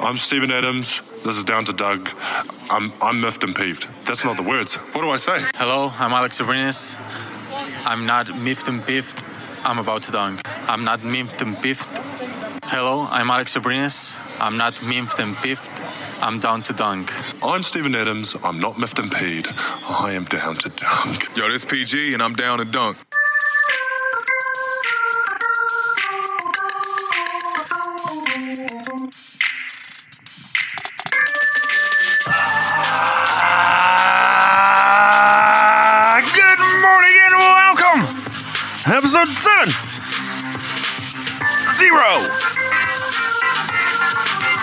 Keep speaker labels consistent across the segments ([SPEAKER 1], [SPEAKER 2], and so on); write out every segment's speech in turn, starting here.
[SPEAKER 1] I'm Stephen Adams. This is Down to Doug. I'm, I'm miffed and peeved. That's not the words. What do I say?
[SPEAKER 2] Hello, I'm Alex Sobrinis. I'm not miffed and piffed. I'm about to dunk. I'm not miffed and piffed. Hello, I'm Alex Sobrinis. I'm not miffed and piffed. I'm down to dunk.
[SPEAKER 1] I'm Stephen Adams. I'm not miffed and peed. I am down to dunk.
[SPEAKER 3] Yo, this PG and I'm down to dunk.
[SPEAKER 4] Ah, good morning and welcome. Episode 7. Zero.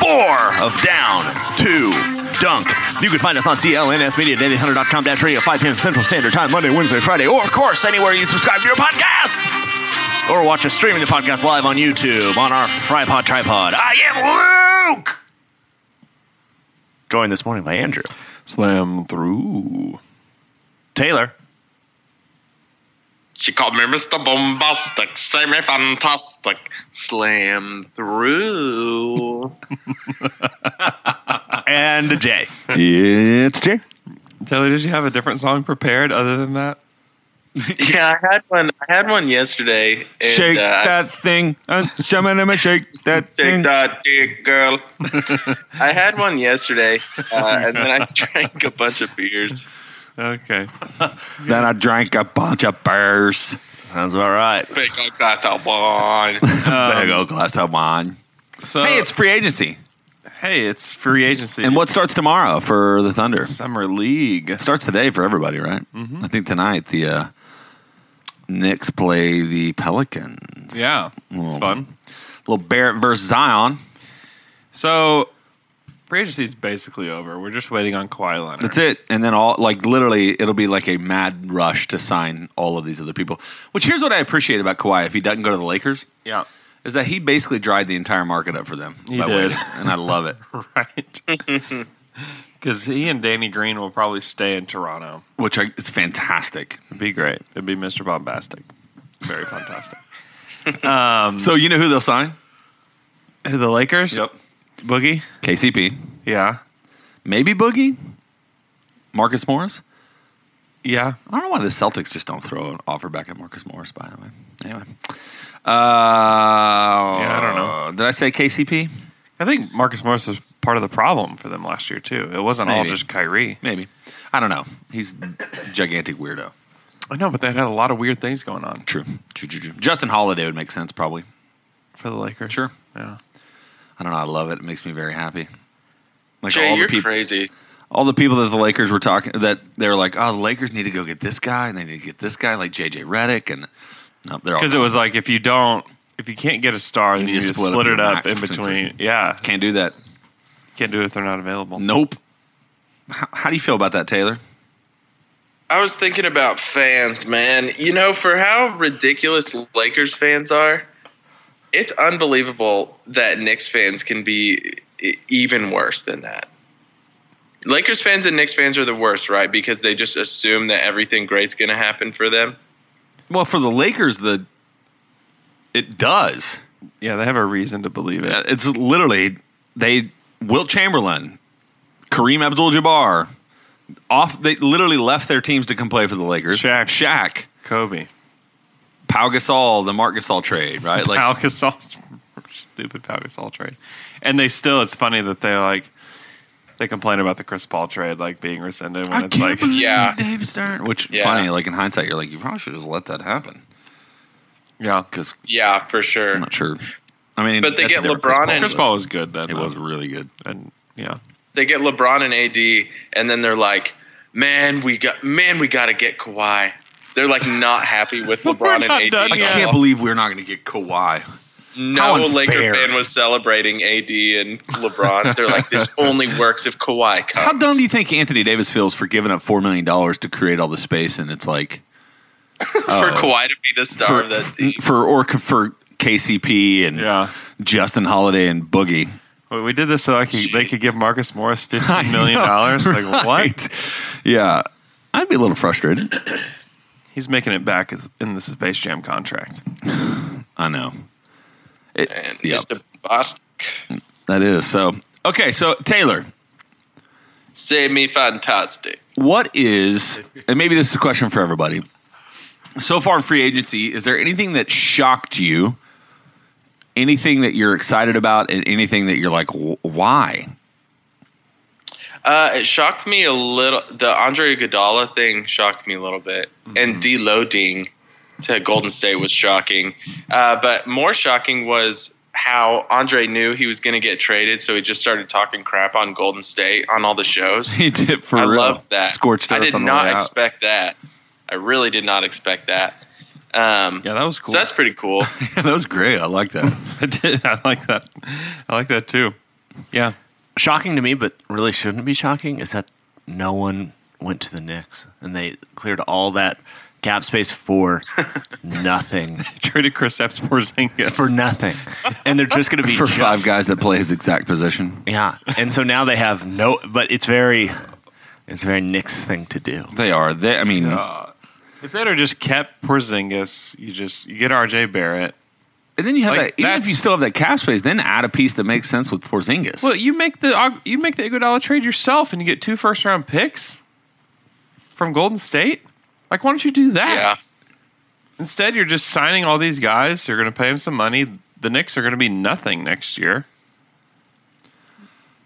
[SPEAKER 4] Four of down to dunk. You can find us on CLNS Media, DailyHunter.com, dash radio, 5 p.m. Central Standard Time, Monday, Wednesday, Friday, or of course, anywhere you subscribe to your podcast. Or watch us streaming the podcast live on YouTube on our tripod tripod. I am Luke! Joined this morning by Andrew.
[SPEAKER 5] Slam through.
[SPEAKER 4] Taylor.
[SPEAKER 6] She called me Mr. Bombastic, semi fantastic, slam through.
[SPEAKER 4] and Jay.
[SPEAKER 5] It's Jay. Taylor, did you have a different song prepared other than that?
[SPEAKER 6] yeah, I had one. I had one yesterday. And,
[SPEAKER 5] shake
[SPEAKER 6] uh,
[SPEAKER 5] that thing. Uh, shamanama, shake that
[SPEAKER 6] Shake
[SPEAKER 5] thing.
[SPEAKER 6] that dick, girl. I had one yesterday, uh, and then I drank a bunch of beers.
[SPEAKER 5] Okay. then I drank a bunch of beers.
[SPEAKER 4] Sounds about right.
[SPEAKER 6] Big like that's a one.
[SPEAKER 5] Um, uh,
[SPEAKER 4] go, glass of wine.
[SPEAKER 2] So,
[SPEAKER 5] hey, it's free agency. Hey, it's free agency.
[SPEAKER 7] And what starts tomorrow for the Thunder? It
[SPEAKER 5] Summer League.
[SPEAKER 7] starts today for everybody, right?
[SPEAKER 6] Mm-hmm.
[SPEAKER 7] I think tonight the uh, Knicks play the Pelicans.
[SPEAKER 5] Yeah, it's fun.
[SPEAKER 7] Little Barrett versus Zion.
[SPEAKER 5] So, free agency's basically over. We're just waiting on Kawhi Leonard.
[SPEAKER 7] That's it. And then all like literally, it'll be like a mad rush to sign all of these other people. Which here's what I appreciate about Kawhi: if he doesn't go to the Lakers,
[SPEAKER 5] Yeah.
[SPEAKER 7] is that he basically dried the entire market up for them.
[SPEAKER 5] He
[SPEAKER 7] by
[SPEAKER 5] did.
[SPEAKER 7] waiting. and I love it.
[SPEAKER 5] Right. Because he and Danny Green will probably stay in Toronto.
[SPEAKER 7] Which I, it's fantastic.
[SPEAKER 5] It'd be great. It'd be Mr. Bombastic. Very fantastic. Um,
[SPEAKER 7] So you know who they'll sign?
[SPEAKER 5] Who, the Lakers? Boogie?
[SPEAKER 7] KCP,
[SPEAKER 5] Yeah.
[SPEAKER 7] maybe Boogie, Marcus Morris.
[SPEAKER 5] Yeah.
[SPEAKER 7] I don't know why the Celtics just don't throw an offer back at Marcus Morris. By the way, anyway. Uh, yeah,
[SPEAKER 5] I don't know.
[SPEAKER 7] Did I say KCP?
[SPEAKER 5] I think Marcus Morris was part of the problem for them last year, too. It wasn't all
[SPEAKER 7] Maybe.
[SPEAKER 5] just Kyrie.
[SPEAKER 7] Maybe. I don't know. He's a gigantic weirdo.
[SPEAKER 5] I know, but they had a lot of weird things going on
[SPEAKER 7] True. True, true, true. Justin Holiday would make sense probably.
[SPEAKER 5] for the Lakers.
[SPEAKER 7] Sure.
[SPEAKER 5] Yeah.
[SPEAKER 7] I don't know. I love it. It makes me very happy. Like
[SPEAKER 6] Jay,
[SPEAKER 7] all the
[SPEAKER 6] you're
[SPEAKER 7] people,
[SPEAKER 6] crazy.
[SPEAKER 7] all the people that the Lakers were talking that they were like, oh, the Lakers need to go get this guy and they need to get this guy like JJ Redick and no, they're all
[SPEAKER 5] Because it was like if you don't, if you can't get a star, then
[SPEAKER 7] need
[SPEAKER 5] you
[SPEAKER 7] to
[SPEAKER 5] just
[SPEAKER 7] split
[SPEAKER 5] split,
[SPEAKER 7] up your
[SPEAKER 5] it up
[SPEAKER 7] max
[SPEAKER 5] in
[SPEAKER 7] between
[SPEAKER 5] between. Yeah.
[SPEAKER 7] can't do that.
[SPEAKER 5] Can't do it if they're not available.
[SPEAKER 7] Nope. How, how do you feel about that, Taylor?
[SPEAKER 6] I was thinking about fans, man. You know, for how ridiculous Lakers fans are, it's unbelievable that Knicks fans can be e- even worse than that. Lakers fans and Knicks fans are the worst, right? Because they just assume that everything great's going to happen for them.
[SPEAKER 7] Well, for the Lakers, the it does.
[SPEAKER 5] Yeah, they have a reason to believe it.
[SPEAKER 7] Uh, It's literally they Wilt Chamberlain, Kareem Abdul-Jabbar, off. They literally left their teams to come play for the Lakers.
[SPEAKER 5] Shaq.
[SPEAKER 7] Shaq,
[SPEAKER 5] Kobe.
[SPEAKER 7] Pau Gasol, the Mark Gasol trade, right? Like
[SPEAKER 5] Pau Gasol, stupid Pau Gasol trade. And they still, it's funny that they like, they complain about the Chris Paul trade like being rescinded when
[SPEAKER 7] I
[SPEAKER 5] it's
[SPEAKER 7] can't
[SPEAKER 5] like,
[SPEAKER 7] believe
[SPEAKER 6] Yeah.
[SPEAKER 7] Dave Stern. Which
[SPEAKER 6] Yeah.
[SPEAKER 7] funny, like in hindsight, you're like you probably should just let that happen
[SPEAKER 5] yeah,
[SPEAKER 7] because
[SPEAKER 6] Yeah, for sure.
[SPEAKER 7] I'm not sure. I mean,
[SPEAKER 6] But they
[SPEAKER 7] that's
[SPEAKER 6] get
[SPEAKER 7] a different
[SPEAKER 6] LeBron and-
[SPEAKER 5] Chris Paul was good then.
[SPEAKER 7] It
[SPEAKER 5] though.
[SPEAKER 7] was really good.
[SPEAKER 5] and yeah,
[SPEAKER 6] They get LeBron and AD, and then they're like, "Man, we got man, we got to get Kawhi." They're like not happy with LeBron and
[SPEAKER 5] not
[SPEAKER 6] AD.
[SPEAKER 5] done
[SPEAKER 7] I
[SPEAKER 5] Yeah.
[SPEAKER 7] can't believe we're not going to get Kawhi.
[SPEAKER 6] No
[SPEAKER 7] How
[SPEAKER 6] Laker
[SPEAKER 7] unfair.
[SPEAKER 6] fan was celebrating AD and LeBron. They're like, this only works if Kawhi comes.
[SPEAKER 7] How dumb do you think Anthony Davis feels for giving up four million dollars to create all the space? And it's like
[SPEAKER 6] for Kawhi to be the star
[SPEAKER 7] Oh. for,
[SPEAKER 6] of that team?
[SPEAKER 7] for or c- for KCP and
[SPEAKER 5] yeah.
[SPEAKER 7] Justin Holiday and Boogie.
[SPEAKER 5] Well, we did this so I could, they could give Marcus Morris fifteen million dollars. Like what?
[SPEAKER 7] Yeah, I'd be a little frustrated.
[SPEAKER 5] He's making it back in the Space Jam contract.
[SPEAKER 7] I know. It,
[SPEAKER 6] And
[SPEAKER 7] yeah,
[SPEAKER 6] it's the Boston.
[SPEAKER 7] that is so. Okay, so Taylor,
[SPEAKER 6] Say me fantastic.
[SPEAKER 7] what is and maybe this is a question for everybody. So far in free agency, is there anything that shocked you? Anything that you're excited about, and anything that you're like, "Wh- why?
[SPEAKER 6] Uh, it shocked me a little. The Andre Iguodala thing shocked me a little bit,
[SPEAKER 7] Mm-hmm.
[SPEAKER 6] and deloading to Golden State was shocking. Uh, but more shocking was how Andre knew he was going to get traded, so he just started talking crap on Golden State on all the shows.
[SPEAKER 7] He did for
[SPEAKER 6] I
[SPEAKER 7] real.
[SPEAKER 6] love that.
[SPEAKER 7] Scorched earth
[SPEAKER 6] I did
[SPEAKER 7] on the
[SPEAKER 6] not
[SPEAKER 7] way out.
[SPEAKER 6] expect that. I really did not expect that. Um,
[SPEAKER 7] Yeah, that was cool.
[SPEAKER 6] So that's pretty cool.
[SPEAKER 7] that was great. I like that.
[SPEAKER 5] I did. I like that. I like that too. Yeah.
[SPEAKER 4] Shocking to me, but really shouldn't be shocking, is that no one went to the Knicks and they cleared all that cap space for nothing.
[SPEAKER 5] Traded Kristaps Porzingis
[SPEAKER 4] For nothing. And they're just going to be
[SPEAKER 7] for
[SPEAKER 4] ju-
[SPEAKER 7] five guys that play his exact position.
[SPEAKER 4] Yeah. And so now they have no, but it's very, it's a very Knicks thing to do.
[SPEAKER 7] They are. They. I mean,
[SPEAKER 5] If they'd have just kept Porzingis, you just you get RJ Barrett.
[SPEAKER 7] and then you have
[SPEAKER 5] Like,
[SPEAKER 7] that. Even if
[SPEAKER 5] that's-
[SPEAKER 7] you still have that cap space, then add a piece that makes sense with Porzingis.
[SPEAKER 5] Well, you make the you make the Iguodala trade yourself, and you get two first round picks from Golden State. Like, why don't you do that?
[SPEAKER 6] yeah.
[SPEAKER 5] Instead, you're just signing all these guys. You're going to pay them some money. The Knicks are going to be nothing next year.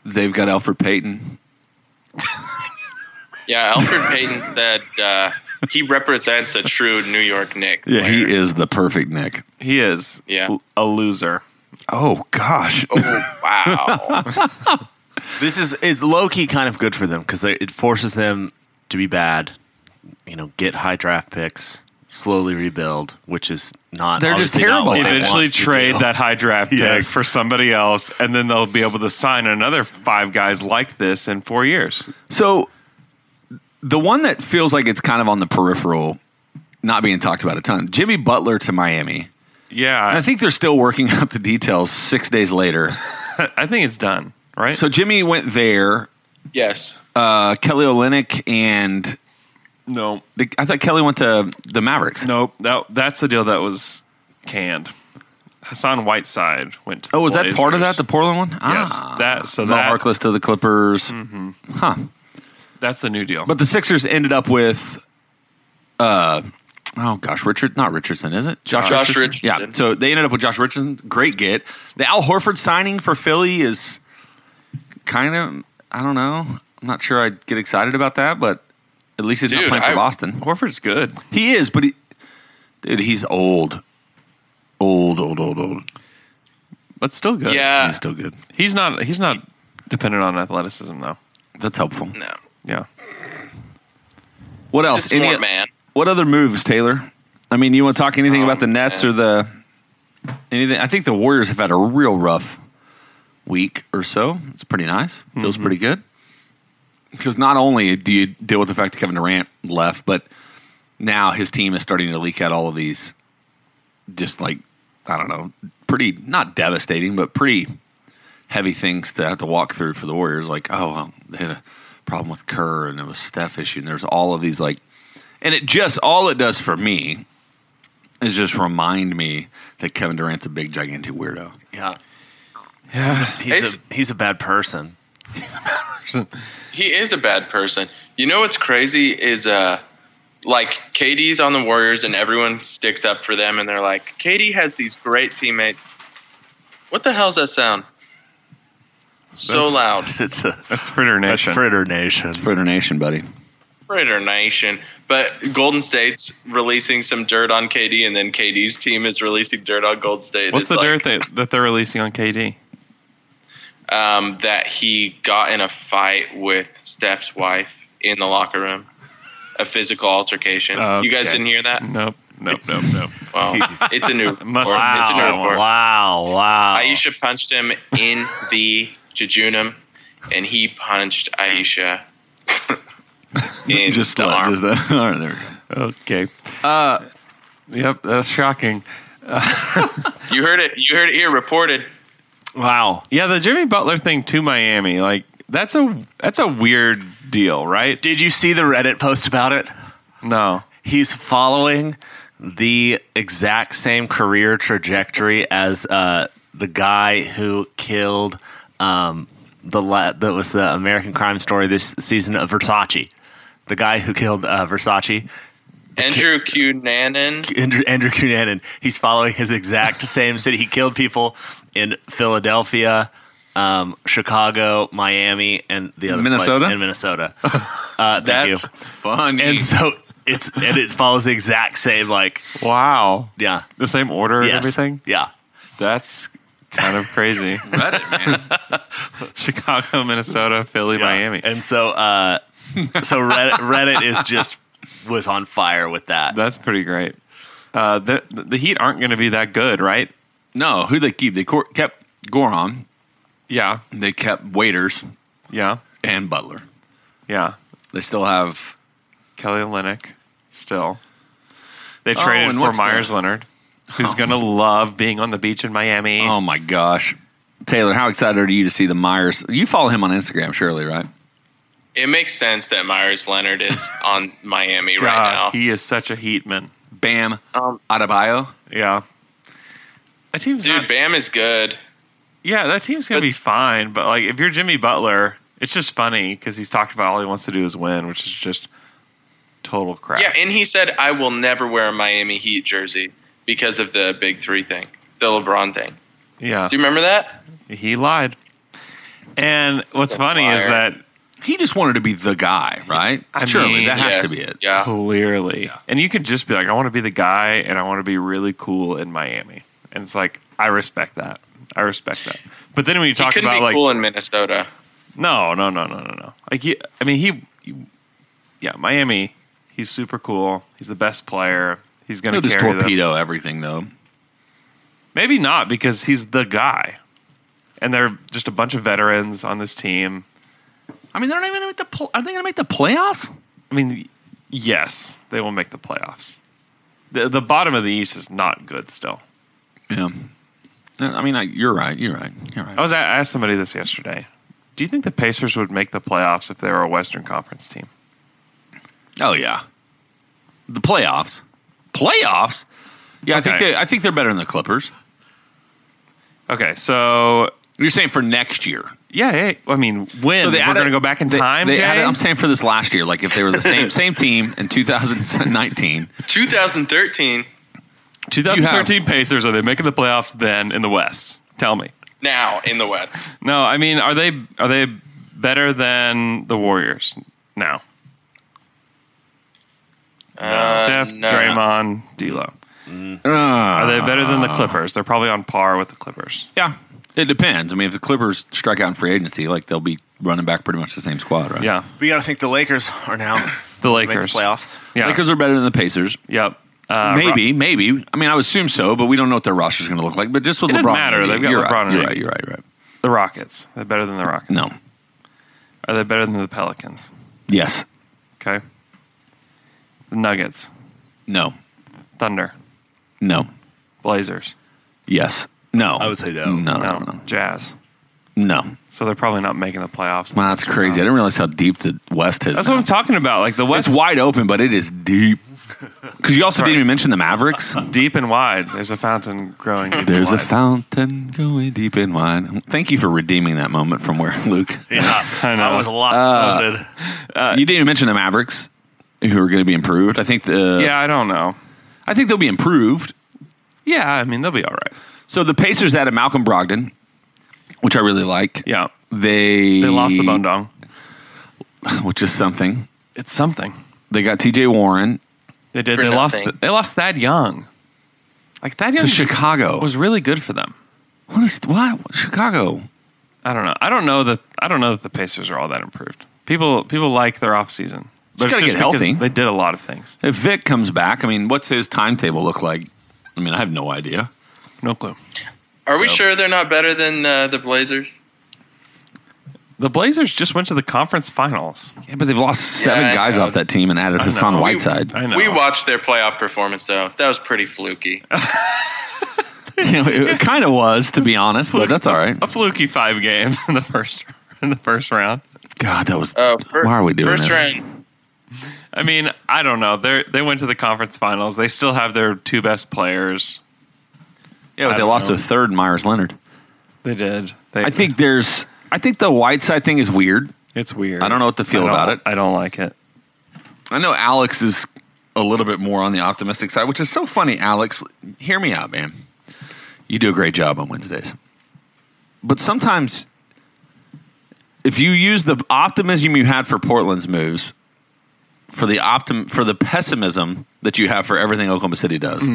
[SPEAKER 7] They've got Alfred Payton.
[SPEAKER 6] Yeah, Alfred Payton said uh, he represents a true New York Knick.
[SPEAKER 7] he is the perfect Nick.
[SPEAKER 5] He is
[SPEAKER 6] Yeah.
[SPEAKER 5] a loser.
[SPEAKER 7] Oh gosh,
[SPEAKER 6] Oh wow!
[SPEAKER 4] This is, it's low key kind of good for them because it forces them to be bad, you know, get high draft picks, slowly rebuild, which is not,
[SPEAKER 7] They're just
[SPEAKER 4] obviously not
[SPEAKER 7] terrible.
[SPEAKER 4] what they
[SPEAKER 5] Eventually,
[SPEAKER 4] want to
[SPEAKER 5] trade
[SPEAKER 4] do.
[SPEAKER 5] that high draft pick
[SPEAKER 4] Yes.
[SPEAKER 5] for somebody else, and then they'll be able to sign another five guys like this in four years.
[SPEAKER 7] So the one that feels like it's kind of on the peripheral, not being talked about a ton. Jimmy Butler to Miami.
[SPEAKER 5] Yeah,
[SPEAKER 7] And I think they're still working out the details six days later.
[SPEAKER 5] I think it's done. Right?
[SPEAKER 7] So Jimmy went there.
[SPEAKER 6] yes,
[SPEAKER 7] Uh, Kelly Olynyk and
[SPEAKER 5] no,
[SPEAKER 7] I thought Kelly went to the Mavericks.
[SPEAKER 5] Nope. That that's the deal that was canned. Hassan Whiteside went. To
[SPEAKER 7] Oh,
[SPEAKER 5] the
[SPEAKER 7] was that part of that?
[SPEAKER 5] Blazers.
[SPEAKER 7] The Portland one?
[SPEAKER 5] yes,
[SPEAKER 7] Ah.
[SPEAKER 5] that so
[SPEAKER 7] Mo
[SPEAKER 5] that
[SPEAKER 7] Harkless to the Clippers.
[SPEAKER 6] Mm-hmm.
[SPEAKER 7] Huh.
[SPEAKER 5] that's the new deal.
[SPEAKER 7] But the Sixers ended up with, uh, oh gosh, Richard, not Richardson, is it?
[SPEAKER 6] Josh
[SPEAKER 7] Yeah.
[SPEAKER 6] Richardson.
[SPEAKER 7] So they ended up with Josh Richardson. Great get. The Al Horford signing for Philly is kind of, I don't know. I'm not sure I'd get excited about that, but at least he's not
[SPEAKER 6] Dude,
[SPEAKER 7] playing for
[SPEAKER 6] I-
[SPEAKER 7] Boston.
[SPEAKER 5] Horford's good.
[SPEAKER 7] He is, but he, dude, he's old. Old, old, old, old.
[SPEAKER 5] That's still good.
[SPEAKER 6] yeah,
[SPEAKER 7] he's still good.
[SPEAKER 5] He's not. He's not dependent on athleticism though.
[SPEAKER 7] That's helpful.
[SPEAKER 6] no,
[SPEAKER 5] Yeah.
[SPEAKER 7] What else?
[SPEAKER 6] just
[SPEAKER 7] Any-
[SPEAKER 6] smart man.
[SPEAKER 7] What other moves, Taylor? I mean, you want to talk anything
[SPEAKER 6] Um,
[SPEAKER 7] about the Nets
[SPEAKER 6] yeah.
[SPEAKER 7] or the anything? I think the Warriors have had a real rough week or so. It's pretty nice. Feels pretty good. Because not only do you deal with the fact that Kevin Durant left, but now his team is starting to leak out all of these, just like I don't know, pretty not devastating, but pretty heavy things to have to walk through for the Warriors. Like, oh, well, they had a problem with Kerr, and it was Steph issue, and there's all of these like and it just all it does for me is just remind me that Kevin Durant's a big gigantic weirdo.
[SPEAKER 4] Yeah.
[SPEAKER 5] Yeah.
[SPEAKER 4] He's
[SPEAKER 6] It's-
[SPEAKER 4] a, he's a bad person.
[SPEAKER 6] He is a bad person. You know what's crazy is uh, like KD's on the Warriors and everyone sticks up for them, and they're like, KD has these great teammates. What the hell's that sound? So loud,
[SPEAKER 4] It's a
[SPEAKER 5] That's Fritter
[SPEAKER 4] that's
[SPEAKER 5] Nation.
[SPEAKER 4] Fritter Nation.
[SPEAKER 7] Fritter Nation, buddy.
[SPEAKER 6] Raider Nation. But Golden State's releasing some dirt on KD, and then KD's team is releasing dirt on Golden State.
[SPEAKER 5] What's
[SPEAKER 6] It's
[SPEAKER 5] the
[SPEAKER 6] like-
[SPEAKER 5] dirt that, that they're releasing on KD?
[SPEAKER 6] um, that he got in a fight with Steph's wife in the locker room, a physical altercation.
[SPEAKER 5] Oh,
[SPEAKER 6] You guys
[SPEAKER 5] okay.
[SPEAKER 6] didn't hear that?
[SPEAKER 5] Nope. Nope. Nope. Nope.
[SPEAKER 6] Well, it's a new
[SPEAKER 5] Must
[SPEAKER 6] report.
[SPEAKER 5] have
[SPEAKER 6] It's a
[SPEAKER 5] been that
[SPEAKER 6] new
[SPEAKER 5] one.
[SPEAKER 6] report.
[SPEAKER 4] Oh, Wow, wow.
[SPEAKER 6] Aisha punched him in the jejunum, and he punched Aisha in the
[SPEAKER 7] let-
[SPEAKER 6] arm.
[SPEAKER 7] just the- all right, there we go.
[SPEAKER 5] okay. Uh. Yep. That's shocking.
[SPEAKER 6] You heard it. You heard it here reported.
[SPEAKER 5] Wow. Yeah, the Jimmy Butler thing to Miami, like that's a that's a weird deal, right?
[SPEAKER 4] Did you see the Reddit post about it?
[SPEAKER 5] No.
[SPEAKER 4] He's following the exact same career trajectory as uh, the guy who killed um, the la- that was the American Crime Story this season of Versace, the guy who killed uh, Versace,
[SPEAKER 6] Andrew Q. Nannen.
[SPEAKER 4] Andrew, Andrew Cunanan. He's following his exact same city. He killed people in Philadelphia, um, Chicago, Miami, and the other place
[SPEAKER 7] Minnesota?
[SPEAKER 4] in Minnesota. Uh, thank you.
[SPEAKER 7] That's funny.
[SPEAKER 4] And so it's and it follows the exact same like
[SPEAKER 5] Wow.
[SPEAKER 4] yeah
[SPEAKER 5] The same order
[SPEAKER 4] yes,
[SPEAKER 5] and everything?
[SPEAKER 4] yeah.
[SPEAKER 5] That's kind of crazy.
[SPEAKER 7] Reddit, man.
[SPEAKER 5] Chicago, Minnesota, Philly,
[SPEAKER 4] Yeah.
[SPEAKER 5] Miami.
[SPEAKER 4] And so, uh, so Reddit, Reddit is just was on fire with that.
[SPEAKER 5] That's pretty great. Uh, the, the Heat aren't going to be that good, right?
[SPEAKER 7] No, who they keep? They cor- kept Goron.
[SPEAKER 5] Yeah.
[SPEAKER 7] They kept Waiters
[SPEAKER 5] Yeah.
[SPEAKER 7] and Butler.
[SPEAKER 5] Yeah.
[SPEAKER 7] They still have
[SPEAKER 5] Kelly Olynyk still. They
[SPEAKER 7] Oh,
[SPEAKER 5] traded
[SPEAKER 7] and
[SPEAKER 5] for
[SPEAKER 7] what's the-
[SPEAKER 5] Myers Leonard, who's going to love being on the beach in Miami.
[SPEAKER 7] Oh my gosh. Taylor, how excited are you to see the Myers? You follow him on Instagram, surely, right?
[SPEAKER 6] It makes sense that Myers Leonard is on Miami
[SPEAKER 5] God,
[SPEAKER 6] right now.
[SPEAKER 5] he is such a Heatman.
[SPEAKER 7] Bam
[SPEAKER 6] Um,
[SPEAKER 7] Adebayo.
[SPEAKER 5] Yeah. That team's
[SPEAKER 6] Dude,
[SPEAKER 5] not-
[SPEAKER 6] Bam is good.
[SPEAKER 5] yeah, that team's gonna
[SPEAKER 6] But-
[SPEAKER 5] be fine. But like, if you're Jimmy Butler, it's just funny because he's talked about all he wants to do is win, which is just total crap.
[SPEAKER 6] Yeah, and he said, I will never wear a Miami Heat jersey because of the Big Three thing, the LeBron thing.
[SPEAKER 5] yeah.
[SPEAKER 6] Do you remember that?
[SPEAKER 5] He lied. And what's
[SPEAKER 6] a
[SPEAKER 5] funny is
[SPEAKER 6] liar.
[SPEAKER 5] that
[SPEAKER 7] He just wanted to be the guy, right?
[SPEAKER 5] I
[SPEAKER 7] surely
[SPEAKER 5] mean,
[SPEAKER 7] that has
[SPEAKER 6] yes.
[SPEAKER 7] to be it.
[SPEAKER 6] Yeah.
[SPEAKER 5] clearly, and you can just be like, I want to be the guy, and I want to be really cool in Miami, and it's like I respect that. I respect that. But then when you
[SPEAKER 6] He
[SPEAKER 5] talk
[SPEAKER 6] couldn't
[SPEAKER 5] about
[SPEAKER 6] be
[SPEAKER 5] like
[SPEAKER 6] cool in Minnesota.
[SPEAKER 5] No, no, no, no, no, no. Like, he, I mean, he, he- yeah, Miami. He's super cool. He's the best player. He's gonna
[SPEAKER 7] He'll just
[SPEAKER 5] carry them.
[SPEAKER 7] torpedo everything, though.
[SPEAKER 5] Maybe not because he's the guy, and they're just a bunch of veterans on this team.
[SPEAKER 7] I mean, they're not even going to make the. Pl- are they going to make the playoffs?
[SPEAKER 5] I mean, yes, they will make the playoffs. The, the bottom of the East is not good still.
[SPEAKER 7] Yeah. No, I mean, I, you're right. You're right. You're right.
[SPEAKER 5] I was I asked somebody this yesterday. Do you think the Pacers would make the playoffs if they were a Western Conference team?
[SPEAKER 7] Oh yeah, the playoffs. Playoffs. Yeah, I think
[SPEAKER 5] Okay.
[SPEAKER 7] they, I think they're better than the Clippers.
[SPEAKER 5] Okay, so
[SPEAKER 7] You're saying for next year?
[SPEAKER 5] yeah, yeah I mean, when
[SPEAKER 7] So they
[SPEAKER 5] we're
[SPEAKER 7] added-
[SPEAKER 5] going to go back in
[SPEAKER 7] they-
[SPEAKER 5] time,
[SPEAKER 7] they added-
[SPEAKER 5] Jay?
[SPEAKER 7] I'm saying for this last year, like if they were the same same team in 2019,
[SPEAKER 6] 2013.
[SPEAKER 5] 2013 Pacers are they making the playoffs then in the West? Tell me.
[SPEAKER 6] Now in the West,
[SPEAKER 5] No, I mean, are they are they better than the Warriors now?
[SPEAKER 6] uh,
[SPEAKER 5] Steph,
[SPEAKER 6] no.
[SPEAKER 5] Draymond, D'Lo. Are
[SPEAKER 7] Ah.
[SPEAKER 5] they better than the Clippers? They're probably on par with the Clippers.
[SPEAKER 7] Uh. Yeah, it depends. I mean, if the Clippers strike out in free agency, like they'll be running back pretty much the same squad, right?
[SPEAKER 5] Yeah,
[SPEAKER 4] We got to think the Lakers are now
[SPEAKER 5] the
[SPEAKER 4] make the
[SPEAKER 5] Lakers.
[SPEAKER 4] playoffs.
[SPEAKER 5] Yeah.
[SPEAKER 7] Lakers are better than the Pacers.
[SPEAKER 5] Yep. Uh,
[SPEAKER 7] maybe, maybe. I mean, I would assume so, but we don't know what their roster's going to look like. But just with
[SPEAKER 5] It
[SPEAKER 7] LeBron,
[SPEAKER 5] doesn't matter.
[SPEAKER 7] and
[SPEAKER 5] They've got
[SPEAKER 7] you're
[SPEAKER 5] LeBron
[SPEAKER 7] Right,
[SPEAKER 5] and
[SPEAKER 7] you're
[SPEAKER 5] Ayton.
[SPEAKER 7] right. You're right. You're right.
[SPEAKER 5] the Rockets. They're better than the Rockets.
[SPEAKER 7] No.
[SPEAKER 5] Are they better than the Pelicans?
[SPEAKER 7] Yes.
[SPEAKER 5] Okay. The Nuggets,
[SPEAKER 7] No.
[SPEAKER 5] Thunder,
[SPEAKER 7] No.
[SPEAKER 5] Blazers,
[SPEAKER 7] Yes. No.
[SPEAKER 4] I would say no.
[SPEAKER 7] No. No.
[SPEAKER 5] no,
[SPEAKER 7] No.
[SPEAKER 5] Jazz.
[SPEAKER 7] no.
[SPEAKER 5] So they're probably not making the playoffs.
[SPEAKER 7] Wow, that's crazy. I didn't realize how deep the West is.
[SPEAKER 5] That's
[SPEAKER 7] now.
[SPEAKER 5] what I'm talking about. Like the West,
[SPEAKER 7] It's wide open, but it is deep. Because you also
[SPEAKER 5] Right.
[SPEAKER 7] didn't even mention the Mavericks.
[SPEAKER 5] deep and wide. There's a fountain growing. deep and
[SPEAKER 7] There's a
[SPEAKER 5] wide.
[SPEAKER 7] fountain going deep and wide. Thank you for redeeming that moment from where Luke.
[SPEAKER 4] Yeah, I
[SPEAKER 5] know. Uh,
[SPEAKER 4] was a lot closer.
[SPEAKER 7] you didn't even mention the Mavericks, who are going to be improved. I think the
[SPEAKER 5] Yeah, I don't know.
[SPEAKER 7] I think they'll be improved.
[SPEAKER 5] Yeah, I mean they'll be all right.
[SPEAKER 7] So the Pacers added Malcolm Brogdon, which I really like.
[SPEAKER 5] Yeah,
[SPEAKER 7] They
[SPEAKER 5] they lost the bone dong.
[SPEAKER 7] which is something.
[SPEAKER 5] It's something
[SPEAKER 7] They got T.J. Warren
[SPEAKER 5] they did.
[SPEAKER 6] For
[SPEAKER 5] they
[SPEAKER 6] nothing.
[SPEAKER 5] lost. They lost Thad Young. Like Thad Young
[SPEAKER 7] to Chicago.
[SPEAKER 5] was really good for them.
[SPEAKER 7] what is why Chicago?
[SPEAKER 5] I don't know. I don't know that. I don't know that the Pacers are all that improved. People people like their offseason. But
[SPEAKER 7] Just gotta get
[SPEAKER 5] because
[SPEAKER 7] healthy.
[SPEAKER 5] They did a lot of things.
[SPEAKER 7] If Vic comes back, I mean, what's his timetable look like? I mean, I have no idea.
[SPEAKER 5] No clue.
[SPEAKER 6] Are we
[SPEAKER 7] So-
[SPEAKER 6] sure they're not better than uh, the Blazers?
[SPEAKER 5] The Blazers just went to the conference finals.
[SPEAKER 7] Yeah, but they've lost seven
[SPEAKER 6] Yeah, I
[SPEAKER 7] guys
[SPEAKER 6] know.
[SPEAKER 7] off that team and added
[SPEAKER 5] I
[SPEAKER 7] Hassan
[SPEAKER 5] know.
[SPEAKER 7] Whiteside.
[SPEAKER 5] I know.
[SPEAKER 6] We watched their playoff performance though. That was pretty fluky.
[SPEAKER 7] You know, it kind of was, to be honest, but that's all right.
[SPEAKER 5] a fluky five games in the first in the first round.
[SPEAKER 7] God, that was.
[SPEAKER 6] Oh, fir-
[SPEAKER 7] Why are we doing
[SPEAKER 6] first
[SPEAKER 7] this?
[SPEAKER 6] round?
[SPEAKER 5] I mean, I don't know. They they went to the conference finals. They still have their two best players.
[SPEAKER 7] yeah, but
[SPEAKER 5] I
[SPEAKER 7] they
[SPEAKER 5] don't
[SPEAKER 7] lost
[SPEAKER 5] know.
[SPEAKER 7] a third Myers Leonard.
[SPEAKER 5] They did. They,
[SPEAKER 7] I think there's I think the Whiteside thing is weird.
[SPEAKER 5] It's weird.
[SPEAKER 7] I don't know what to feel
[SPEAKER 5] I don't-
[SPEAKER 7] about it.
[SPEAKER 5] I don't like it.
[SPEAKER 7] I know Alex is a little bit more on the optimistic side, which is so funny. Alex, hear me out, man. You do a great job on Wednesdays. But sometimes, if you use the optimism you had for Portland's moves for the optim for the pessimism that you have for everything Oklahoma City does,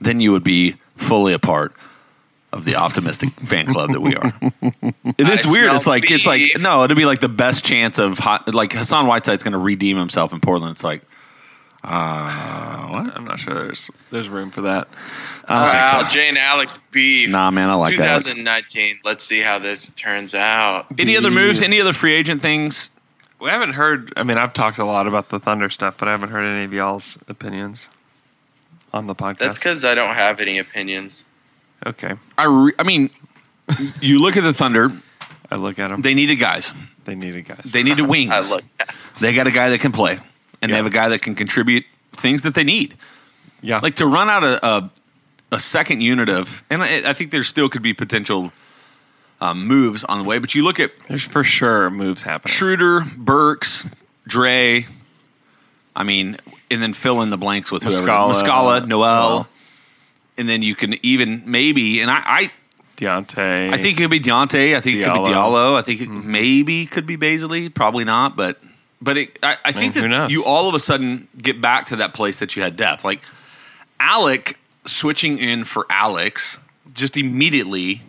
[SPEAKER 7] then you would be fully a part of the optimistic fan club that we are. It is
[SPEAKER 6] I
[SPEAKER 7] weird.
[SPEAKER 6] smell
[SPEAKER 7] It's like it's like
[SPEAKER 6] beef.
[SPEAKER 7] no, it'd be like the best chance of hot, like Hassan Whiteside's going to redeem himself in Portland. It's like, uh, what? I'm not sure. There's
[SPEAKER 5] There's room for that.
[SPEAKER 6] Wow, Jane Alex beef.
[SPEAKER 7] nah, man. I like that.
[SPEAKER 6] 2019. Let's see how this turns out.
[SPEAKER 7] Any other moves? Any other free agent things?
[SPEAKER 5] We haven't heard. I mean, I've talked a lot about the Thunder stuff, but I haven't heard any of y'all's opinions on the podcast.
[SPEAKER 6] That's because I don't have any opinions.
[SPEAKER 5] okay.
[SPEAKER 7] I re- I mean, you look at the Thunder.
[SPEAKER 5] I look at them. They,
[SPEAKER 7] They needed guys.
[SPEAKER 5] needed guys.
[SPEAKER 7] They needed wings.
[SPEAKER 6] I look.
[SPEAKER 7] They got a guy that can play, and they
[SPEAKER 5] Yeah.
[SPEAKER 7] have a guy that can contribute things that they need.
[SPEAKER 5] yeah.
[SPEAKER 7] like to run out a a, a second unit of, and I, I think there still could be potential um, moves on the way. But you look at
[SPEAKER 5] there's for sure moves happening.
[SPEAKER 7] Schroeder, Burks, Dre. I mean, and then fill in the blanks with whoever
[SPEAKER 5] Muscala. uh,
[SPEAKER 7] Muscala, Noel,
[SPEAKER 5] Noel.
[SPEAKER 7] and then you can even maybe, and I, I,
[SPEAKER 5] Deontay.
[SPEAKER 7] I think it could be Deontay. I think it could be
[SPEAKER 5] Diallo.
[SPEAKER 7] Diallo. I think it maybe could be Baisley. Probably not, but but it, I, I think
[SPEAKER 5] who
[SPEAKER 7] that
[SPEAKER 5] knows?
[SPEAKER 7] you all of a sudden get back to that place that you had depth. Like Alec switching in for Alex just immediately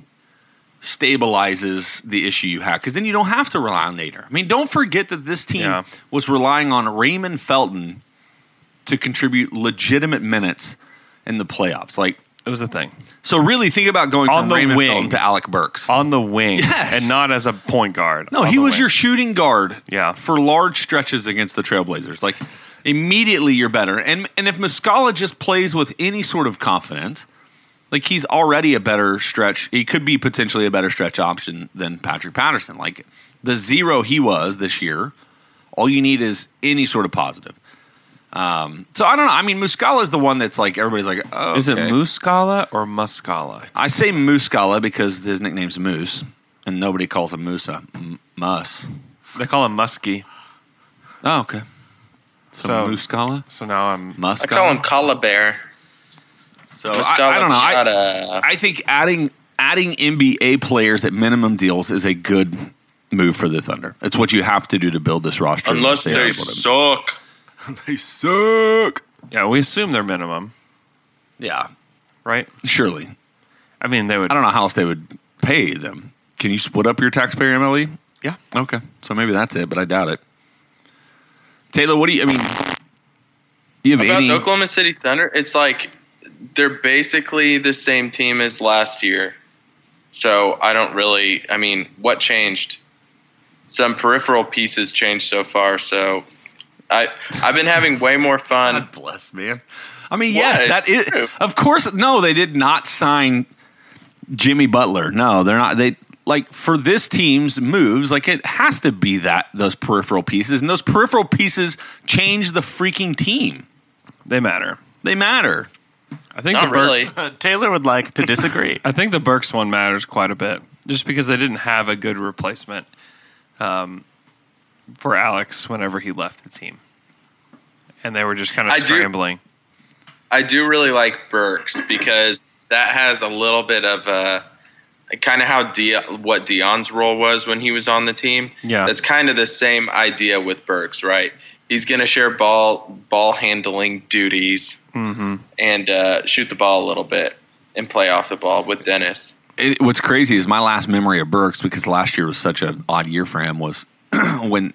[SPEAKER 7] stabilizes the issue you have because then you don't have to rely on Nader. I mean, don't forget that this team
[SPEAKER 5] Yeah.
[SPEAKER 7] was relying on Raymond Felton to contribute legitimate minutes in the playoffs. Like.
[SPEAKER 5] it was a thing
[SPEAKER 7] So really think about going
[SPEAKER 5] On
[SPEAKER 7] from
[SPEAKER 5] the
[SPEAKER 7] Raymond
[SPEAKER 5] wing.
[SPEAKER 7] Felton to Alec Burks.
[SPEAKER 5] on the wing,
[SPEAKER 7] Yes!
[SPEAKER 5] and not as a point guard.
[SPEAKER 7] No,
[SPEAKER 5] On
[SPEAKER 7] he
[SPEAKER 5] the
[SPEAKER 7] was
[SPEAKER 5] wing.
[SPEAKER 7] your shooting guard.
[SPEAKER 5] Yeah.
[SPEAKER 7] For large stretches against the Trailblazers. Like immediately you're better. And and if Muscala just plays with any sort of confidence, like he's already a better stretch. He could be potentially a better stretch option than Patrick Patterson. Like the zero he was this year, all you need is any sort of positive. Um, so I don't know. I mean, Muscala is the one that's like everybody's like, oh,
[SPEAKER 5] Is it
[SPEAKER 7] okay.
[SPEAKER 5] Muscala or Muscala?
[SPEAKER 7] I say Muscala because his nickname's Moose, and nobody calls him Musa. M- Mus.
[SPEAKER 5] They call him Muskie.
[SPEAKER 7] Oh, okay.
[SPEAKER 5] So,
[SPEAKER 7] Muscala?
[SPEAKER 5] so now I'm.
[SPEAKER 7] Muscala?
[SPEAKER 6] I call him Kala Bear.
[SPEAKER 7] so I, I don't know. I,
[SPEAKER 6] Muscala
[SPEAKER 7] I think adding adding NBA players at minimum deals is a good move for the Thunder. It's what you have to do to build this roster.
[SPEAKER 6] unless
[SPEAKER 7] are
[SPEAKER 6] they
[SPEAKER 7] able to-
[SPEAKER 6] suck.
[SPEAKER 1] They suck.
[SPEAKER 5] Yeah, we assume they're minimum,
[SPEAKER 7] yeah,
[SPEAKER 5] right?
[SPEAKER 7] surely.
[SPEAKER 5] I mean, they would.
[SPEAKER 7] I don't know how else they would pay them. Can you split up your taxpayer MLE?
[SPEAKER 5] Yeah.
[SPEAKER 7] Okay, so maybe that's it, but I doubt it. Taylor, what do you? I mean, you have
[SPEAKER 6] About
[SPEAKER 7] any?
[SPEAKER 6] the Oklahoma City Thunder, it's like they're basically the same team as last year. So I don't really. I mean, what changed? Some peripheral pieces changed so far. So I I've been having way more fun.
[SPEAKER 7] God bless, man. I mean,
[SPEAKER 6] What?
[SPEAKER 7] yes, that is.
[SPEAKER 6] It's true.
[SPEAKER 7] Of course, no, they did not sign Jimmy Butler. No, they're not. They like for this team's moves, like it has to be that those peripheral pieces, and those peripheral pieces change the freaking team.
[SPEAKER 5] They matter.
[SPEAKER 7] They matter.
[SPEAKER 5] I think
[SPEAKER 6] Not
[SPEAKER 5] the Burke-
[SPEAKER 6] really.
[SPEAKER 2] Taylor would like to disagree.
[SPEAKER 5] I think the Burks one matters quite a bit, just because they didn't have a good replacement um, for Alex whenever he left the team, and they were just kind of
[SPEAKER 6] I do-
[SPEAKER 5] scrambling.
[SPEAKER 6] I do really like Burks because that has a little bit of a kind of how De- what Dion's role was when he was on the team.
[SPEAKER 5] Yeah.
[SPEAKER 6] that's kind of the same idea with Burks, right? He's going to share ball ball handling duties
[SPEAKER 5] Mm-hmm.
[SPEAKER 6] and uh, shoot the ball a little bit and play off the ball with Dennis.
[SPEAKER 7] it, what's crazy is my last memory of Burks because last year was such an odd year for him was when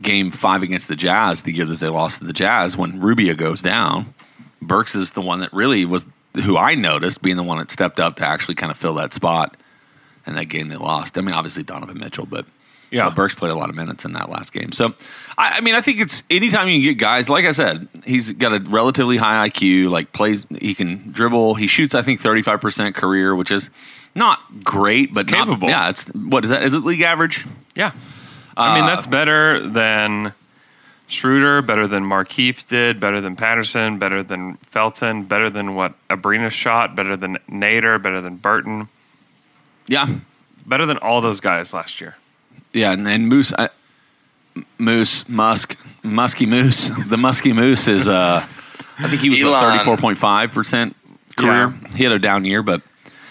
[SPEAKER 7] game five against the Jazz, the year that they lost to the Jazz, when Rubio goes down, Burks is the one that really was who I noticed being the one that stepped up to actually kind of fill that spot in that game they lost. I mean, obviously Donovan Mitchell, but
[SPEAKER 5] Yeah.
[SPEAKER 7] uh, Burks played a lot of minutes in that last game. So, I, I mean, I think it's anytime you can get guys, like I said, he's got a relatively high IQ, like plays, he can dribble, he shoots, I think, 35% career, which is not great, but not-
[SPEAKER 5] capable.
[SPEAKER 7] yeah, it's what is that? Is it league average?
[SPEAKER 5] Yeah, I mean that's better than Schroeder, better than Markeith did, better than Patterson, better than Felton, better than what Abrina shot, better than Nader, better than Burton.
[SPEAKER 7] Yeah.
[SPEAKER 5] Better than all those guys last year.
[SPEAKER 7] Yeah, and, and Moose, I, Moose, Musk, Musky Moose. The Musky Moose is, uh, I think he was
[SPEAKER 6] Elon.
[SPEAKER 7] thirty four point five percent career. He had a down year, but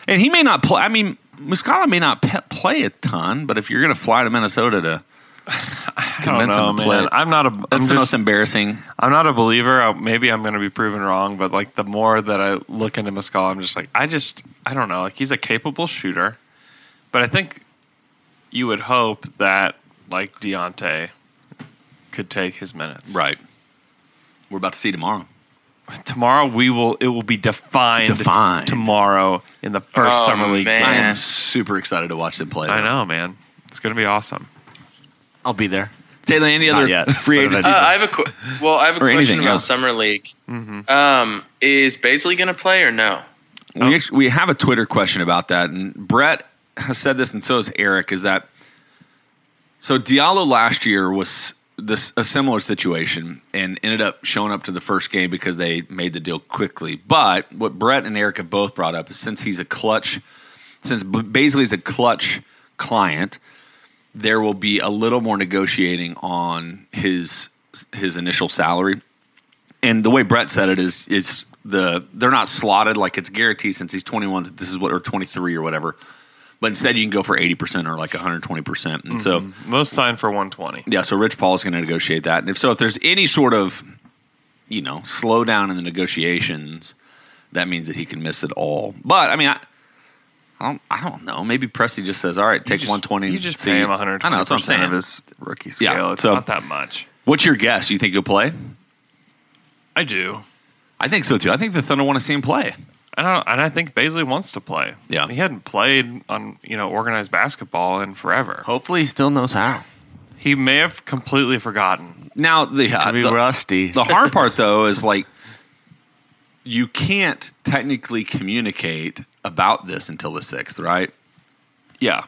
[SPEAKER 7] and he may not play. I mean, Muscala may not pe- play a ton, but if you're going to fly to Minnesota to
[SPEAKER 5] I
[SPEAKER 7] convince
[SPEAKER 5] don't
[SPEAKER 7] him
[SPEAKER 5] know,
[SPEAKER 7] to play,
[SPEAKER 5] man. I'm not a.
[SPEAKER 7] that's
[SPEAKER 5] I'm
[SPEAKER 7] the most
[SPEAKER 5] just.
[SPEAKER 7] embarrassing.
[SPEAKER 5] I'm not a believer. I, maybe I'm going to be proven wrong, but like the more that I look into Mescal, I'm just like, I just, I don't know. Like he's a capable shooter, but I think you would hope that like Deontay could take his minutes.
[SPEAKER 7] Right. We're about to see tomorrow.
[SPEAKER 5] Tomorrow we will. It will be defined.
[SPEAKER 7] Defined.
[SPEAKER 5] tomorrow in the first
[SPEAKER 6] Oh,
[SPEAKER 5] summer league.
[SPEAKER 6] man.
[SPEAKER 5] game.
[SPEAKER 7] I
[SPEAKER 6] Yeah.
[SPEAKER 7] am super excited to watch them play.
[SPEAKER 5] I know, man. It's going to be awesome.
[SPEAKER 7] I'll be there. Taylor, any other
[SPEAKER 2] yet.
[SPEAKER 7] free agents?
[SPEAKER 6] Uh, I have a qu- well, I have a
[SPEAKER 7] Or
[SPEAKER 6] question
[SPEAKER 7] anything,
[SPEAKER 6] about
[SPEAKER 7] yeah.
[SPEAKER 6] summer league.
[SPEAKER 5] Mm-hmm.
[SPEAKER 6] Um, is Baisley going to play or no?
[SPEAKER 7] We, actually, we have a Twitter question about that, and Brett has said this, and so has Eric. Is that so? Diallo last year was this a similar situation, and ended up showing up to the first game because they made the deal quickly. But what Brett and Eric have both brought up is since he's a clutch, since B- Baisley's a clutch client, there will be a little more negotiating on his his initial salary and the way Brett said it is is the they're not slotted like it's guaranteed since he's 21 that this is what or 23 or whatever. But instead, you can go for 80% or like 120%. And so,
[SPEAKER 5] Most signed for 120.
[SPEAKER 7] yeah, so Rich Paul is going to negotiate that. And if so, if there's any sort of, you know, slowdown in the negotiations, that means that he can miss it all. But I mean, I, I don't, I don't know. Maybe Presley just says, "All right, take
[SPEAKER 5] just-
[SPEAKER 7] 120."
[SPEAKER 5] You
[SPEAKER 7] and
[SPEAKER 5] just
[SPEAKER 7] see."
[SPEAKER 5] pay him 120
[SPEAKER 7] I know that's what I'm saying.
[SPEAKER 5] of his rookie
[SPEAKER 7] Yeah,
[SPEAKER 5] scale. it's
[SPEAKER 7] so-
[SPEAKER 5] not that much.
[SPEAKER 7] What's your guess? You think he'll play?
[SPEAKER 5] I do.
[SPEAKER 7] I think so too. I think the Thunder want to see him play.
[SPEAKER 5] I don't, and I think Baisley wants to play.
[SPEAKER 7] Yeah.
[SPEAKER 5] he hadn't played on you know organized basketball in forever.
[SPEAKER 2] Hopefully, he still knows how.
[SPEAKER 5] He may have completely forgotten.
[SPEAKER 7] Now the,
[SPEAKER 2] To be
[SPEAKER 7] the-
[SPEAKER 2] rusty.
[SPEAKER 7] the hard part though is like you can't technically communicate about this until the sixth, right?
[SPEAKER 5] Yeah,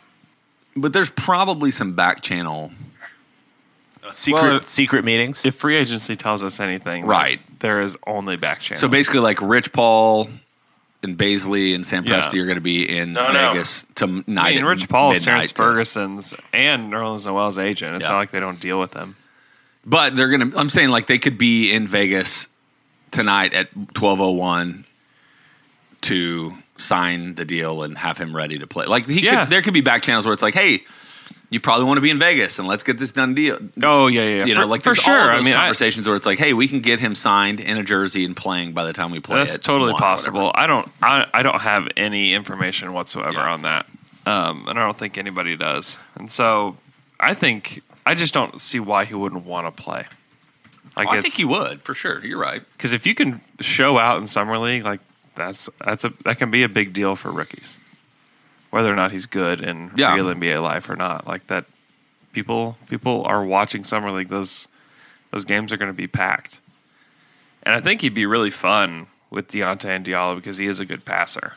[SPEAKER 7] But there's probably some back channel.
[SPEAKER 2] secret
[SPEAKER 5] Well,
[SPEAKER 2] secret meetings.
[SPEAKER 5] if free agency tells us anything,
[SPEAKER 7] Right.
[SPEAKER 5] There is only back channel.
[SPEAKER 7] So basically, like Rich Paul and Baisley and Sam
[SPEAKER 5] Yeah.
[SPEAKER 7] Presti are going to be in
[SPEAKER 6] No, no.
[SPEAKER 7] Vegas tonight.
[SPEAKER 5] I mean,
[SPEAKER 7] at
[SPEAKER 5] Rich Paul is
[SPEAKER 7] midnight.
[SPEAKER 5] Terrence Ferguson's and New Orleans Noel's agent. It's
[SPEAKER 7] Yeah.
[SPEAKER 5] not like they don't deal with them.
[SPEAKER 7] but they're going to. I'm saying like they could be in Vegas tonight at 12:01 to sign the deal and have him ready to play. Like he
[SPEAKER 5] Yeah.
[SPEAKER 7] could, there could be back channels where it's like, hey. You probably want to be in Vegas, and let's get this done deal.
[SPEAKER 5] Oh yeah, yeah, yeah.
[SPEAKER 7] you
[SPEAKER 5] for,
[SPEAKER 7] know, like
[SPEAKER 5] for
[SPEAKER 7] there's all
[SPEAKER 5] sure.
[SPEAKER 7] of those
[SPEAKER 5] I mean, I-
[SPEAKER 7] conversations where it's like, hey, we can get him signed in a jersey and playing by the time we play.
[SPEAKER 5] That's
[SPEAKER 7] at
[SPEAKER 5] totally
[SPEAKER 7] one or
[SPEAKER 5] possible.
[SPEAKER 7] whatever.
[SPEAKER 5] I don't. I, I don't have any information whatsoever
[SPEAKER 7] Yeah.
[SPEAKER 5] on that, um, and I don't think anybody does. And so, I think I just don't see why he wouldn't want to play. Like
[SPEAKER 7] Oh, I think he would for sure. You're right.
[SPEAKER 5] because if you can show out in summer league, like that's that's a that can be a big deal for rookies, whether or not he's good in
[SPEAKER 7] Yeah.
[SPEAKER 5] real NBA life or not. Like that, people people are watching summer league. Those those games are going to be packed, and I think he'd be really fun with Deontay and Diallo because he is a good passer.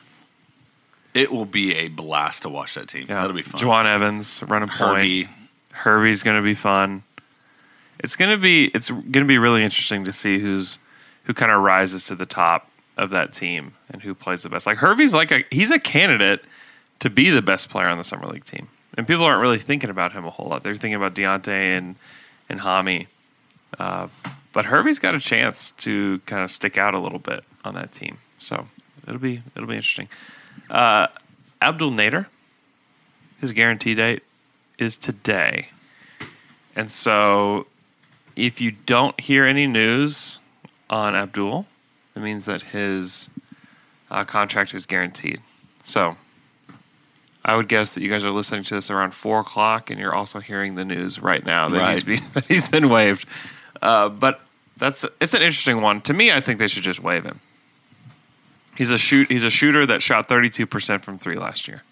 [SPEAKER 7] It will be a blast to watch that team. That'll be fun.
[SPEAKER 5] Juwan Evans running
[SPEAKER 7] Harvey,
[SPEAKER 5] point. Hervey's going to be fun. It's going to be it's going to be really interesting to see who's who kind of rises to the top of that team and who plays the best. Like Hervey's like a he's a candidate to be the best player on the summer league team, and people aren't really thinking about him a whole lot. They're thinking about Deontay and and Hami, uh, but Hervey's got a chance to kind of stick out a little bit on that team. So it'll be it'll be interesting. Uh, Abdul Nader, his guarantee date is today. And so if you don't hear any news on Abdul, it means that his uh, contract is guaranteed. So I would guess that you guys are listening to this around four o'clock and you're also hearing the news right now that, he's,
[SPEAKER 7] Right.
[SPEAKER 5] be, that he's been waived. Uh, but that's it's an interesting one. To me, I think they should just waive him. He's a shoot. He's a shooter that shot 32% from three last year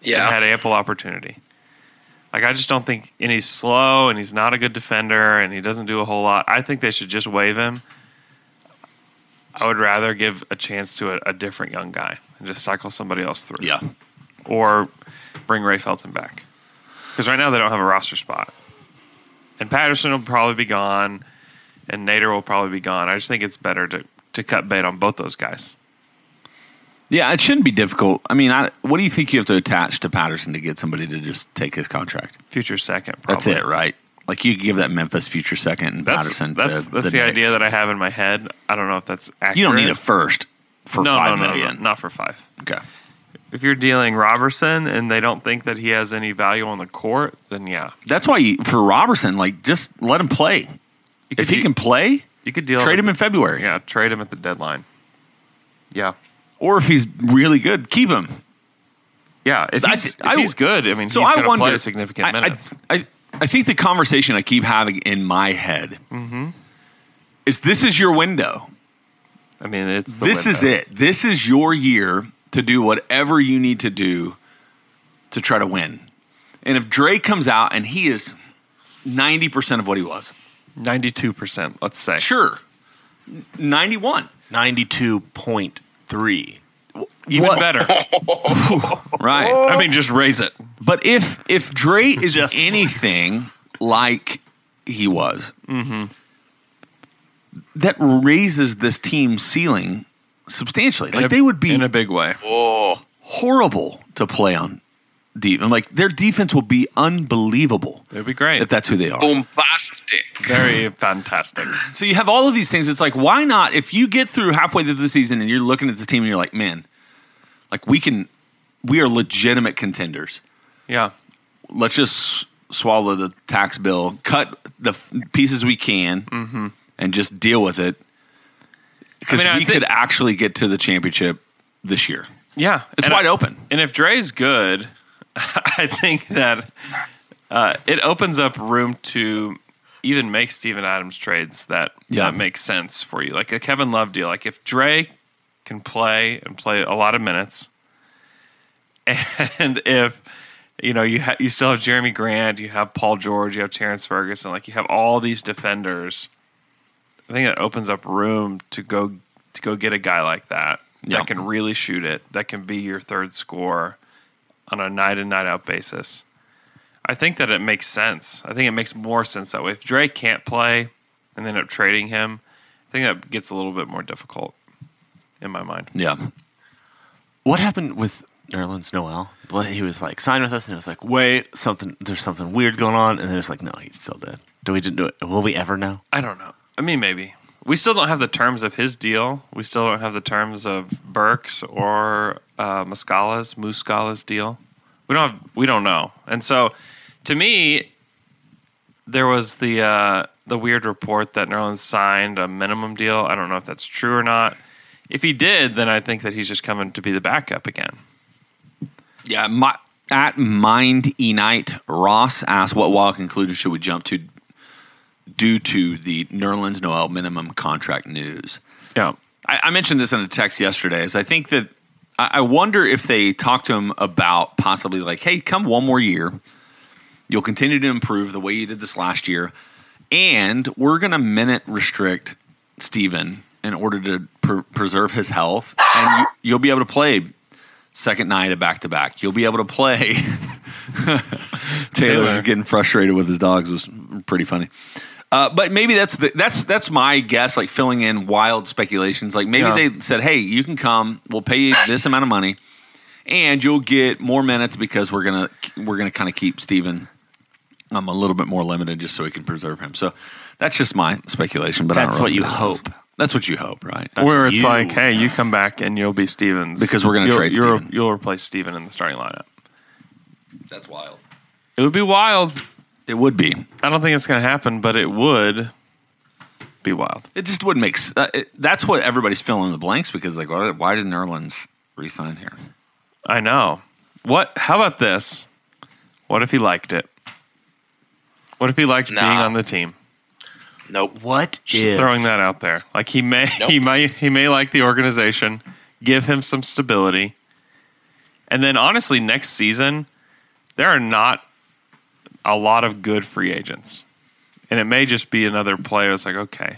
[SPEAKER 6] Yeah,
[SPEAKER 5] and had ample opportunity. Like I just don't think, and he's slow, and he's not a good defender, and he doesn't do a whole lot. I think they should just waive him. I would rather give a chance to a, a different young guy and just cycle somebody else through.
[SPEAKER 7] yeah,
[SPEAKER 5] or bring Ray Felton back because right now they don't have a roster spot, and Patterson will probably be gone, and Nader will probably be gone. I just think it's better to to cut bait on both those guys.
[SPEAKER 7] Yeah, it shouldn't be difficult. I mean, I, Uh, what do you think you have to attach to Patterson to get somebody to just take his contract?
[SPEAKER 5] Future second,
[SPEAKER 7] That's
[SPEAKER 5] probably.
[SPEAKER 7] it, right? Like you could give that Memphis future second and
[SPEAKER 5] That's
[SPEAKER 7] Patterson.
[SPEAKER 5] that's,
[SPEAKER 7] to
[SPEAKER 5] that's the,
[SPEAKER 7] Knicks.
[SPEAKER 5] idea that I have in my head. I don't know if that's accurate.
[SPEAKER 7] you don't need a first for
[SPEAKER 5] no,
[SPEAKER 7] five
[SPEAKER 5] no, no,
[SPEAKER 7] million.
[SPEAKER 5] no, not for five.
[SPEAKER 7] Okay.
[SPEAKER 5] If you're dealing Robertson and they don't think that he has any value on the court, then yeah,
[SPEAKER 7] That's why you, for Robertson, like just let him play. If he
[SPEAKER 5] do-
[SPEAKER 7] can play,
[SPEAKER 5] you could deal
[SPEAKER 7] trade
[SPEAKER 5] with-
[SPEAKER 7] him in February.
[SPEAKER 5] Yeah, trade him at the deadline. Yeah,
[SPEAKER 7] Or if he's really good, keep him.
[SPEAKER 5] yeah. If
[SPEAKER 7] I-
[SPEAKER 5] he's,
[SPEAKER 7] I-
[SPEAKER 5] if he's good, I mean,
[SPEAKER 7] So
[SPEAKER 5] he's
[SPEAKER 7] I
[SPEAKER 5] going to
[SPEAKER 7] wonder.
[SPEAKER 5] play significant
[SPEAKER 7] I- I,
[SPEAKER 5] minutes.
[SPEAKER 7] I, I, think the conversation I keep having in my head
[SPEAKER 5] Mm-hmm.
[SPEAKER 7] is this is your window.
[SPEAKER 5] I, mean, it's the
[SPEAKER 7] this is
[SPEAKER 5] window.
[SPEAKER 7] it. This is your year to do whatever you need to do to try to win. And if Dre comes out and he is 90% of what he was,
[SPEAKER 5] Ninety-two percent, let's say.
[SPEAKER 7] sure, 91,
[SPEAKER 8] Ninety-two point three.
[SPEAKER 5] even better.
[SPEAKER 7] right?
[SPEAKER 5] I mean, just raise it.
[SPEAKER 7] But if if Dre is anything like he was,
[SPEAKER 5] Mm-hmm.
[SPEAKER 7] that raises this team's ceiling substantially. Like
[SPEAKER 5] In a-
[SPEAKER 7] they would be
[SPEAKER 5] in a big way.
[SPEAKER 6] Oh,
[SPEAKER 7] horrible to play on deep, and like their defense will be unbelievable
[SPEAKER 5] It'd be great.
[SPEAKER 7] if that's who they are.
[SPEAKER 6] bombastic.
[SPEAKER 5] Very fantastic.
[SPEAKER 7] So you have all of these things. It's like, why not? If you get through halfway through the season and you're looking at the team and you're like, man, like we can, we are legitimate contenders.
[SPEAKER 5] Yeah,
[SPEAKER 7] let's just swallow the tax bill, cut the f- pieces we can, and just deal with it. Because
[SPEAKER 5] Mm-hmm. I mean, I
[SPEAKER 7] we
[SPEAKER 5] think-
[SPEAKER 7] could actually get to the championship this year.
[SPEAKER 5] yeah.
[SPEAKER 7] It's
[SPEAKER 5] And
[SPEAKER 7] wide
[SPEAKER 5] I-
[SPEAKER 7] open.
[SPEAKER 5] And if Dre's good, I think that uh, it opens up room to even make Steven Adams trades that,
[SPEAKER 7] Yeah.
[SPEAKER 5] that make sense for you. Like a Kevin Love deal. Like if Dre can play and play a lot of minutes, and if you know you ha- you still have Jeremy Grant, you have Paul George, you have Terrence Ferguson, like you have all these defenders. I think it opens up room to go to go get a guy like that
[SPEAKER 7] Yeah.
[SPEAKER 5] that can really shoot it, that can be your third scorer on a night in night out basis. I think that it makes sense. I think it makes more sense that way. If Dre can't play and they end up trading him, I think that gets a little bit more difficult in my mind.
[SPEAKER 7] Yeah.
[SPEAKER 8] What happened with Nerlens Noel? Well, he was like sign with us, and it was like wait something. There's something weird going on, and then it's like no, he's still dead. Do we didn't do it? Will we ever know?
[SPEAKER 5] I don't know. I mean, maybe. We still don't have the terms of his deal. We still don't have the terms of Burke's or uh, Muscala's, Muscala's deal. We don't have. We don't know. And so, to me, there was the uh, the weird report that Nerlens signed a minimum deal. I don't know if that's true or not. If he did, then I think that he's just coming to be the backup again.
[SPEAKER 7] Yeah. My, at Mind Enite, Ross asked, what wild conclusion should we jump to due to the Nerlens Noel minimum contract news?
[SPEAKER 5] Yeah.
[SPEAKER 7] I, I mentioned this in a text yesterday. Is I think that I, I wonder if they talked to him about possibly like, hey, come one more year, you'll continue to improve the way you did this last year, and we're gonna minute restrict Steven in order to pr- preserve his health, and you, you'll be able to play second night of back to back. You'll be able to play. Taylor's
[SPEAKER 5] Taylor.
[SPEAKER 7] getting frustrated with his dogs was pretty funny. Uh, but maybe that's the, that's that's my guess, like filling in wild speculations. Like maybe
[SPEAKER 5] Yeah.
[SPEAKER 7] they said, "Hey, you can come. We'll pay you this amount of money, and you'll get more minutes because we're gonna we're gonna kind of keep Steven um, a little bit more limited just so we can preserve him." So that's just my speculation. But I don't
[SPEAKER 8] That's what
[SPEAKER 7] really
[SPEAKER 8] you
[SPEAKER 7] know.
[SPEAKER 8] hope.
[SPEAKER 7] That's what you hope, right?
[SPEAKER 5] Where it's
[SPEAKER 8] you-
[SPEAKER 5] like, hey, you come back and you'll be Stevens
[SPEAKER 7] Because we're gonna
[SPEAKER 5] You'll-
[SPEAKER 7] trade
[SPEAKER 5] you'll-
[SPEAKER 7] Steven.
[SPEAKER 5] You'll replace Steven in the starting lineup.
[SPEAKER 7] that's wild.
[SPEAKER 5] It would be wild.
[SPEAKER 7] It would be.
[SPEAKER 5] I don't think it's going to happen, but it would be wild.
[SPEAKER 7] It just wouldn't make. s- Uh, it, that's what everybody's filling in the blanks because like, why, why did Nerlens resign here?
[SPEAKER 5] I know. What? How about this? What if he liked it? What if he liked
[SPEAKER 6] Nah.
[SPEAKER 5] being on the team?
[SPEAKER 6] Nope.
[SPEAKER 8] What
[SPEAKER 5] Just
[SPEAKER 8] if-
[SPEAKER 5] throwing that out there. Like he may, he may, he may like the organization. Give him some stability, and then honestly, next season there are not a lot of good free agents, and it may just be another player. that's like, okay,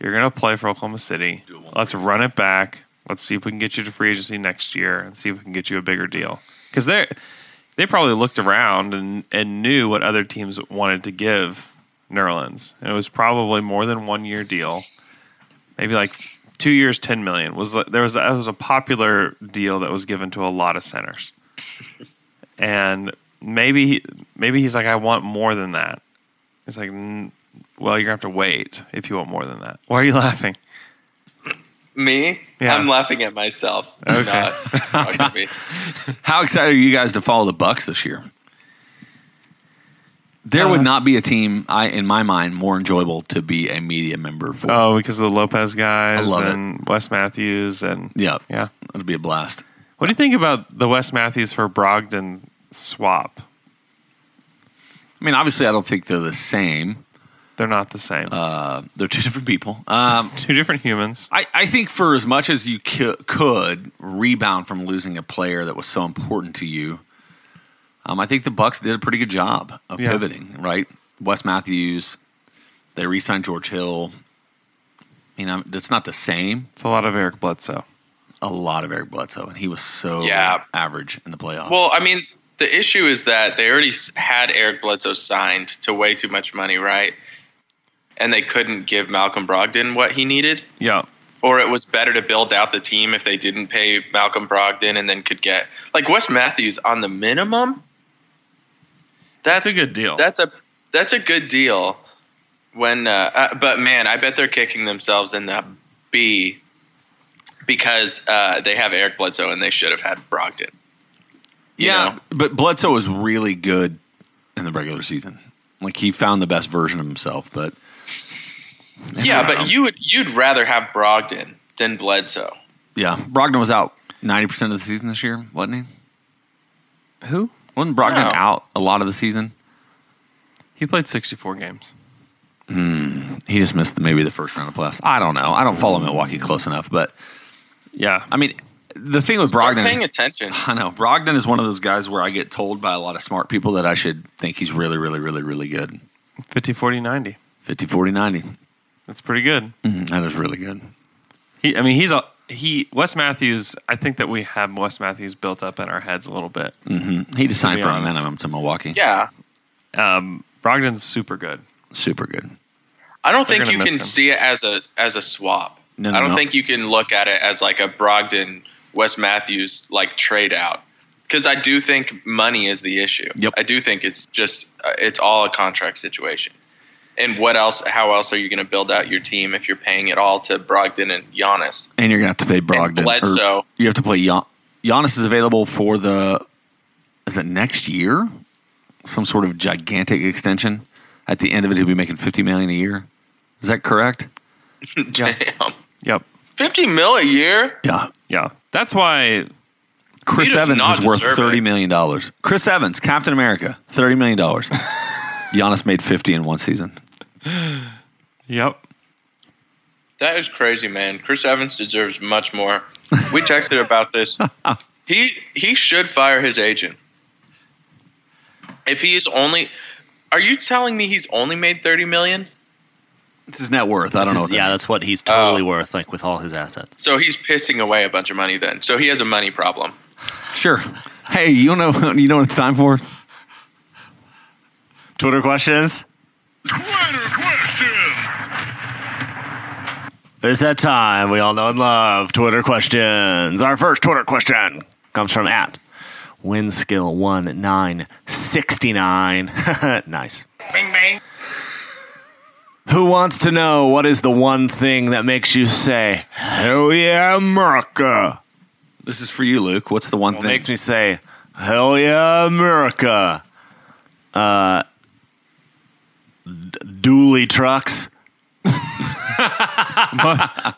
[SPEAKER 5] you're gonna play for Oklahoma City. Let's run it back. Let's see if we can get you to free agency next year, and see if we can get you a bigger deal. Because they they probably looked around and and knew what other teams wanted to give Nerlens, and it was probably more than one year deal, maybe like two years, ten million was like- there was that was a popular deal that was given to a lot of centers, and maybe he- maybe he's like, I want more than that. It's like, "N- well, you're gonna have to wait if you want more than that. Why are you laughing?
[SPEAKER 6] Me?
[SPEAKER 5] Yeah.
[SPEAKER 6] I'm laughing at myself. Do Not fuck with me.
[SPEAKER 7] How excited are you guys to follow the Bucks this year? There
[SPEAKER 8] Uh,
[SPEAKER 7] would not be a team, I in my mind, more enjoyable to be a media member for.
[SPEAKER 5] Oh, because of the Lopez guys
[SPEAKER 7] love it.
[SPEAKER 5] and Wes Matthews and
[SPEAKER 7] yeah,
[SPEAKER 5] yeah.
[SPEAKER 7] it'd be a blast.
[SPEAKER 5] What do you think about the Wes Matthews for Brogdon swap?
[SPEAKER 7] I mean, obviously, I don't think they're the same.
[SPEAKER 5] They're not the same.
[SPEAKER 7] Uh, they're two different people. Um,
[SPEAKER 5] Two different humans.
[SPEAKER 7] I, I think for as much as you c- could rebound from losing a player that was so important to you, um, I think the Bucks did a pretty good job of
[SPEAKER 5] Yeah.
[SPEAKER 7] pivoting. Right, Wes Matthews, they re-signed George Hill. You know, that's not the same.
[SPEAKER 5] It's a lot of Eric Bledsoe.
[SPEAKER 7] A lot of Eric Bledsoe, and he was so
[SPEAKER 6] Yeah.
[SPEAKER 7] average in the playoffs.
[SPEAKER 6] Well, I mean, the issue is that they already s- had Eric Bledsoe signed to way too much money, right? And they couldn't give Malcolm Brogdon what he needed.
[SPEAKER 5] Yeah.
[SPEAKER 6] Or it was better to build out the team if they didn't pay Malcolm Brogdon and then could get like Wes Matthews on the minimum. That's,
[SPEAKER 5] That's a good deal.
[SPEAKER 6] That's a that's a good deal. When uh, uh, but man, I bet they're kicking themselves in the B because uh, they have Eric Bledsoe and they should have had Brogdon. you
[SPEAKER 7] yeah,
[SPEAKER 6] know?
[SPEAKER 7] but Bledsoe was really good in the regular season. Like he found the best version of himself, but
[SPEAKER 6] Yeah, but you would you'd rather have Brogdon than Bledsoe.
[SPEAKER 7] yeah, Brogdon was out ninety percent of the season this year, wasn't he?
[SPEAKER 5] Who?
[SPEAKER 7] Wasn't Brogdon
[SPEAKER 6] No.
[SPEAKER 7] out a lot of the season?
[SPEAKER 5] He played 64 games.
[SPEAKER 7] He just missed maybe the first round of playoffs. I don't know. I don't follow Milwaukee close enough, but
[SPEAKER 5] Yeah.
[SPEAKER 7] I mean, the thing with
[SPEAKER 6] Start
[SPEAKER 7] Brogdon
[SPEAKER 6] paying
[SPEAKER 7] is,
[SPEAKER 6] attention.
[SPEAKER 7] I know Brogdon is one of those guys where I get told by a lot of smart people that I should think he's really, really, really, really good.
[SPEAKER 5] 50, 40, 90.
[SPEAKER 7] 50, 40, 90.
[SPEAKER 5] That's pretty good.
[SPEAKER 7] Mhm, That is really good.
[SPEAKER 5] He, I mean, he's a, he, Wes Matthews, I think that we have Wes Matthews built up in our heads a little bit.
[SPEAKER 7] He just signed
[SPEAKER 5] be
[SPEAKER 7] for a
[SPEAKER 5] honest.
[SPEAKER 7] minimum to Milwaukee.
[SPEAKER 6] Yeah.
[SPEAKER 5] Um, Brogdon's super good.
[SPEAKER 7] Super good.
[SPEAKER 6] I don't
[SPEAKER 5] They're
[SPEAKER 6] think
[SPEAKER 5] gonna
[SPEAKER 6] you
[SPEAKER 5] miss
[SPEAKER 6] can
[SPEAKER 5] him.
[SPEAKER 6] see it as a as a swap.
[SPEAKER 7] No, no,
[SPEAKER 6] I don't
[SPEAKER 7] no.
[SPEAKER 6] think you can look at it as like a Brogdon Wes Matthews like trade out. Because I do think money is the issue.
[SPEAKER 7] Yep.
[SPEAKER 6] I do think it's just uh, it's all a contract situation. And what else? How else are you going to build out your team if you're paying it all to Brogdon and Giannis?
[SPEAKER 7] And you're going to have to pay Brogdon. or
[SPEAKER 6] Bledsoe.
[SPEAKER 7] You have to play Gian- Giannis is available for the, is it next year? Some sort of gigantic extension. At the end of it, he'll be making 50 million a year. Is that correct?
[SPEAKER 6] Damn,
[SPEAKER 5] Yep.
[SPEAKER 6] Um, fifty mil a year.
[SPEAKER 7] Yeah.
[SPEAKER 5] Yeah. That's why
[SPEAKER 7] Chris
[SPEAKER 6] He does
[SPEAKER 7] Evans
[SPEAKER 6] not
[SPEAKER 7] is worth
[SPEAKER 6] deserve
[SPEAKER 7] thirty
[SPEAKER 6] it.
[SPEAKER 7] million dollars. Chris Evans, Captain America, thirty million dollars. Giannis made fifty in one season.
[SPEAKER 5] Yep.
[SPEAKER 6] That is crazy, man. Chris Evans deserves much more. We texted about this. He he should fire his agent. If he is only Are you telling me he's only made 30 million?
[SPEAKER 7] It's his net worth. I don't know. What that
[SPEAKER 8] yeah,
[SPEAKER 7] means.
[SPEAKER 8] that's what he's totally
[SPEAKER 6] Oh.
[SPEAKER 8] worth, like with all his assets.
[SPEAKER 6] So he's pissing away a bunch of money then. So he has a money problem.
[SPEAKER 7] sure. Hey, you know you know what it's time for?
[SPEAKER 8] Twitter questions. It's that time we all know and love Twitter questions. Our first Twitter question comes from at Winskill1969. nice. Bing bang. Who wants to know what is the one thing that makes you say, Hell yeah, America?
[SPEAKER 7] This is for you, Luke. What's the one
[SPEAKER 8] What
[SPEAKER 7] thing?
[SPEAKER 8] makes me say, Hell yeah, America? Uh, d- dually trucks.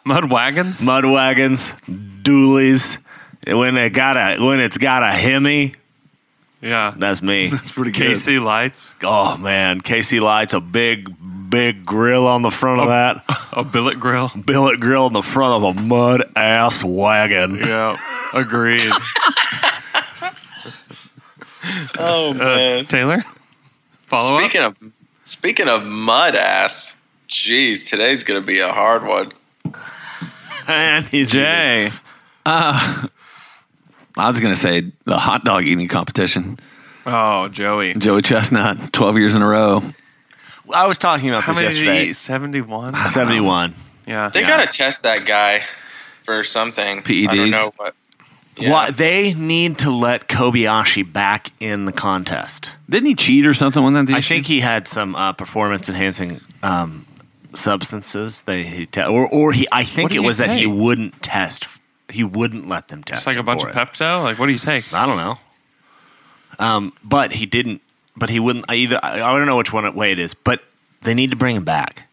[SPEAKER 5] Mud wagons.
[SPEAKER 8] mud wagons, dualies. When it got a when it's got a Hemi,
[SPEAKER 5] yeah.
[SPEAKER 8] that's me.
[SPEAKER 7] pretty
[SPEAKER 5] KC lights.
[SPEAKER 8] oh man, KC lights a big big grill on the front
[SPEAKER 7] Oh.
[SPEAKER 8] of that
[SPEAKER 5] A billet grill.
[SPEAKER 8] billet grill in the front of a mud ass wagon.
[SPEAKER 5] Yeah. Agreed.
[SPEAKER 7] Uh,
[SPEAKER 6] Oh man.
[SPEAKER 5] Taylor? Follow up?
[SPEAKER 6] Speaking of speaking of mud ass, jeez, today's going to be a hard one.
[SPEAKER 8] And he's
[SPEAKER 5] Jay.
[SPEAKER 7] Uh, I was gonna say the hot dog eating competition.
[SPEAKER 5] Oh, Joey.
[SPEAKER 7] Joey Chestnut, twelve years in a row.
[SPEAKER 8] I was talking about
[SPEAKER 5] How
[SPEAKER 8] this
[SPEAKER 5] many did he
[SPEAKER 8] yesterday.
[SPEAKER 5] eat? 71?
[SPEAKER 8] Seventy one.
[SPEAKER 5] Yeah.
[SPEAKER 6] They
[SPEAKER 5] yeah.
[SPEAKER 6] gotta test that guy for something. I
[SPEAKER 7] PEDs?
[SPEAKER 6] don't know what. Yeah.
[SPEAKER 8] Why they need to let Kobayashi back in the contest.
[SPEAKER 7] Didn't he cheat or something when that?
[SPEAKER 8] I think he had some uh, performance enhancing um, substances. They he te- or or he. I
[SPEAKER 5] What
[SPEAKER 8] think
[SPEAKER 5] did
[SPEAKER 8] it
[SPEAKER 5] he
[SPEAKER 8] was that he
[SPEAKER 5] take?
[SPEAKER 8] wouldn't test. He wouldn't let them test.
[SPEAKER 5] It's like a
[SPEAKER 8] him
[SPEAKER 5] bunch
[SPEAKER 8] for
[SPEAKER 5] of
[SPEAKER 8] it.
[SPEAKER 5] Pepto. Like, what do you take?
[SPEAKER 8] I don't know. Um, but he didn't. But he wouldn't I either. I, I don't know which one way it is. But they need to bring him back.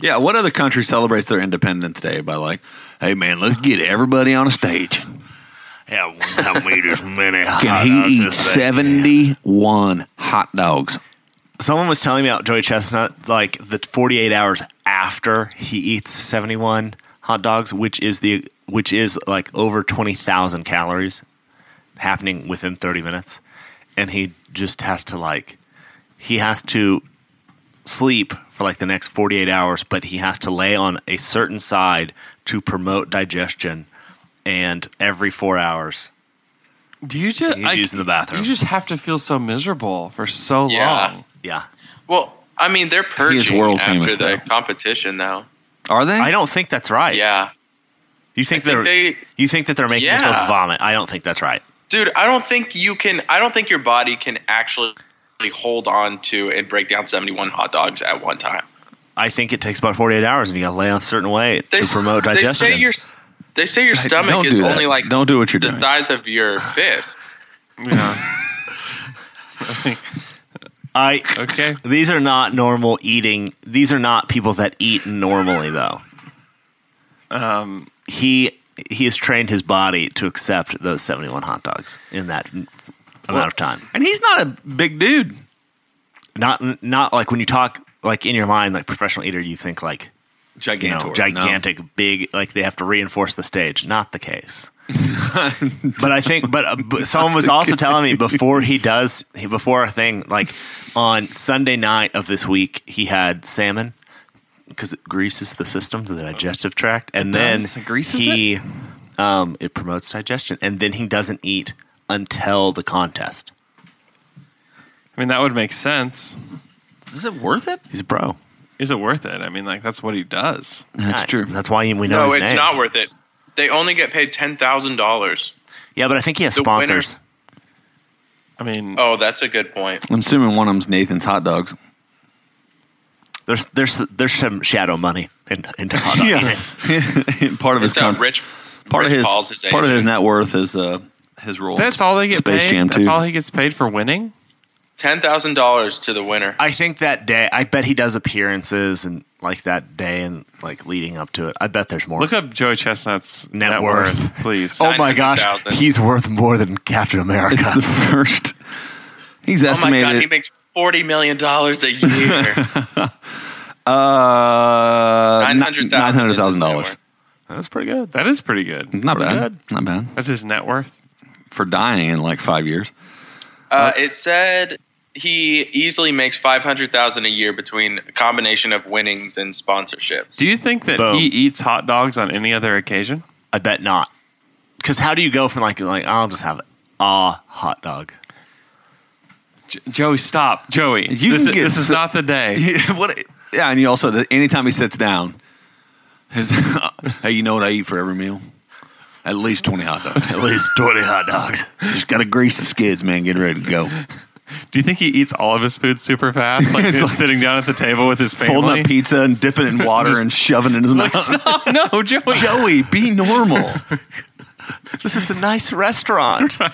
[SPEAKER 7] Yeah, what other country celebrates their Independence Day by like, hey man, let's get everybody on a stage.
[SPEAKER 8] Yeah, one time we just many.
[SPEAKER 7] Can he eat seventy-one hot dogs?
[SPEAKER 8] Someone was telling me about Joey Chestnut, like the 48 hours after he eats 71 hot dogs, which is the which is like over 20,000 calories, happening within 30 minutes, and he just has to like he has to sleep for like the next 48 hours, but he has to lay on a certain side to promote digestion, and every four hours
[SPEAKER 5] Do you just
[SPEAKER 8] he's using the bathroom.
[SPEAKER 5] You just have to feel so miserable for so
[SPEAKER 6] Yeah.
[SPEAKER 5] long.
[SPEAKER 8] yeah,
[SPEAKER 6] Well, I mean, they're purging
[SPEAKER 7] world
[SPEAKER 6] after
[SPEAKER 7] famous,
[SPEAKER 6] the
[SPEAKER 7] though.
[SPEAKER 6] competition, though.
[SPEAKER 7] Are they?
[SPEAKER 8] I don't think that's right.
[SPEAKER 6] Yeah,
[SPEAKER 8] You
[SPEAKER 6] I think
[SPEAKER 8] think, they're
[SPEAKER 6] they-
[SPEAKER 8] you think that they're making
[SPEAKER 6] Yeah.
[SPEAKER 8] themselves vomit? I don't think that's right.
[SPEAKER 6] dude, I don't think you can. I don't think your body can actually hold on to and break down seventy-one hot dogs at one time.
[SPEAKER 8] I think it takes about forty eight hours, and you got to lay on a certain way
[SPEAKER 6] They
[SPEAKER 8] to
[SPEAKER 6] s-
[SPEAKER 8] promote digestion.
[SPEAKER 6] They say your s- they say your
[SPEAKER 7] Hey,
[SPEAKER 6] stomach
[SPEAKER 7] don't
[SPEAKER 6] is
[SPEAKER 7] do that.
[SPEAKER 6] only like
[SPEAKER 7] Don't do what you're
[SPEAKER 6] the
[SPEAKER 7] doing.
[SPEAKER 6] size of your fist.
[SPEAKER 5] Yeah.
[SPEAKER 8] I
[SPEAKER 5] Okay.
[SPEAKER 8] these are not normal eating. These are not people that eat normally, though.
[SPEAKER 5] Um,
[SPEAKER 8] He he has trained his body to accept those seventy one hot dogs in that amount of time.
[SPEAKER 7] and he's not a big dude.
[SPEAKER 8] Not not like when you talk like in your mind, like professional eater, you think like you know,
[SPEAKER 7] Gigantor. No.
[SPEAKER 8] gigantic, big, like they have to reinforce the stage. Not the case. but I think, but, uh, but someone was also telling me before he does, he- before a thing, like on Sunday night of this week, he had salmon because it greases the system to the digestive tract. And then
[SPEAKER 5] does? It greases
[SPEAKER 8] he, Um, it promotes digestion. And then he doesn't eat until the contest.
[SPEAKER 5] I mean, that would make sense.
[SPEAKER 7] Is it worth it?
[SPEAKER 8] He's a pro.
[SPEAKER 5] Is it worth it? I mean, like that's what he does.
[SPEAKER 7] That's
[SPEAKER 8] I-
[SPEAKER 7] true.
[SPEAKER 8] That's why we know
[SPEAKER 6] No,
[SPEAKER 8] his
[SPEAKER 6] it's
[SPEAKER 8] name.
[SPEAKER 6] not worth it. They only get paid ten thousand dollars.
[SPEAKER 8] yeah, but I think he has
[SPEAKER 6] The winner-
[SPEAKER 8] sponsors.
[SPEAKER 5] I mean,
[SPEAKER 6] Oh, that's a good point.
[SPEAKER 7] I'm assuming one of them's Nathan's hot dogs.
[SPEAKER 8] There's there's there's some shadow money in, in hot dog eating.
[SPEAKER 7] part of his
[SPEAKER 6] It's uh,
[SPEAKER 7] con-
[SPEAKER 6] rich.
[SPEAKER 7] part of
[SPEAKER 6] Rich
[SPEAKER 7] his,
[SPEAKER 6] Paul's his
[SPEAKER 7] part of
[SPEAKER 6] agent.
[SPEAKER 7] his net worth is uh, his role. in
[SPEAKER 5] that's all they get
[SPEAKER 7] Space
[SPEAKER 5] paid.
[SPEAKER 7] Jam
[SPEAKER 5] that's
[SPEAKER 7] 2.
[SPEAKER 5] all he gets paid for winning.
[SPEAKER 6] ten thousand dollars to the winner.
[SPEAKER 8] I think that day. I bet he does appearances and like that day and like leading up to it. I bet there's more.
[SPEAKER 5] Look up Joey Chestnut's
[SPEAKER 8] Net
[SPEAKER 5] net,
[SPEAKER 8] worth.
[SPEAKER 5] worth, please.
[SPEAKER 8] oh my gosh,
[SPEAKER 6] 900,000.
[SPEAKER 8] he's worth more than Captain America.
[SPEAKER 7] It's the first. He's
[SPEAKER 6] oh my
[SPEAKER 7] estimated.
[SPEAKER 6] god, he makes forty million dollars a year.
[SPEAKER 7] uh,
[SPEAKER 6] $900,000
[SPEAKER 7] nine hundred thousand dollars.
[SPEAKER 8] That's pretty good.
[SPEAKER 5] That is pretty good.
[SPEAKER 7] Not bad.
[SPEAKER 5] good.
[SPEAKER 7] Not bad
[SPEAKER 5] That's his net worth.
[SPEAKER 7] for dying in like five years.
[SPEAKER 6] Uh, it said he easily makes five hundred thousand a year between a combination of winnings and sponsorships.
[SPEAKER 5] Do you think that
[SPEAKER 8] Boom.
[SPEAKER 5] he eats hot dogs on any other occasion?
[SPEAKER 8] I bet not. Because how do you go from like like I'll just have ah hot dog?
[SPEAKER 5] J- Joey, stop, Joey.
[SPEAKER 7] You
[SPEAKER 5] this
[SPEAKER 7] can
[SPEAKER 5] is,
[SPEAKER 7] get
[SPEAKER 5] this is
[SPEAKER 7] so-
[SPEAKER 5] not the day.
[SPEAKER 7] what? Yeah, and you also the, anytime he sits down, his, hey, you know what I eat for every meal? At least twenty hot dogs.
[SPEAKER 8] At least twenty hot dogs.
[SPEAKER 7] Just gotta grease the skids, man. Get ready to go.
[SPEAKER 5] Do you think he eats all of his food super fast? Like,
[SPEAKER 7] It's
[SPEAKER 5] he's
[SPEAKER 7] like-
[SPEAKER 5] sitting down at the table with his family.
[SPEAKER 7] Folding up pizza and dipping it in water and shoving it in his mouth.
[SPEAKER 5] no, Joey.
[SPEAKER 7] Joey, be normal.
[SPEAKER 8] This is a nice restaurant.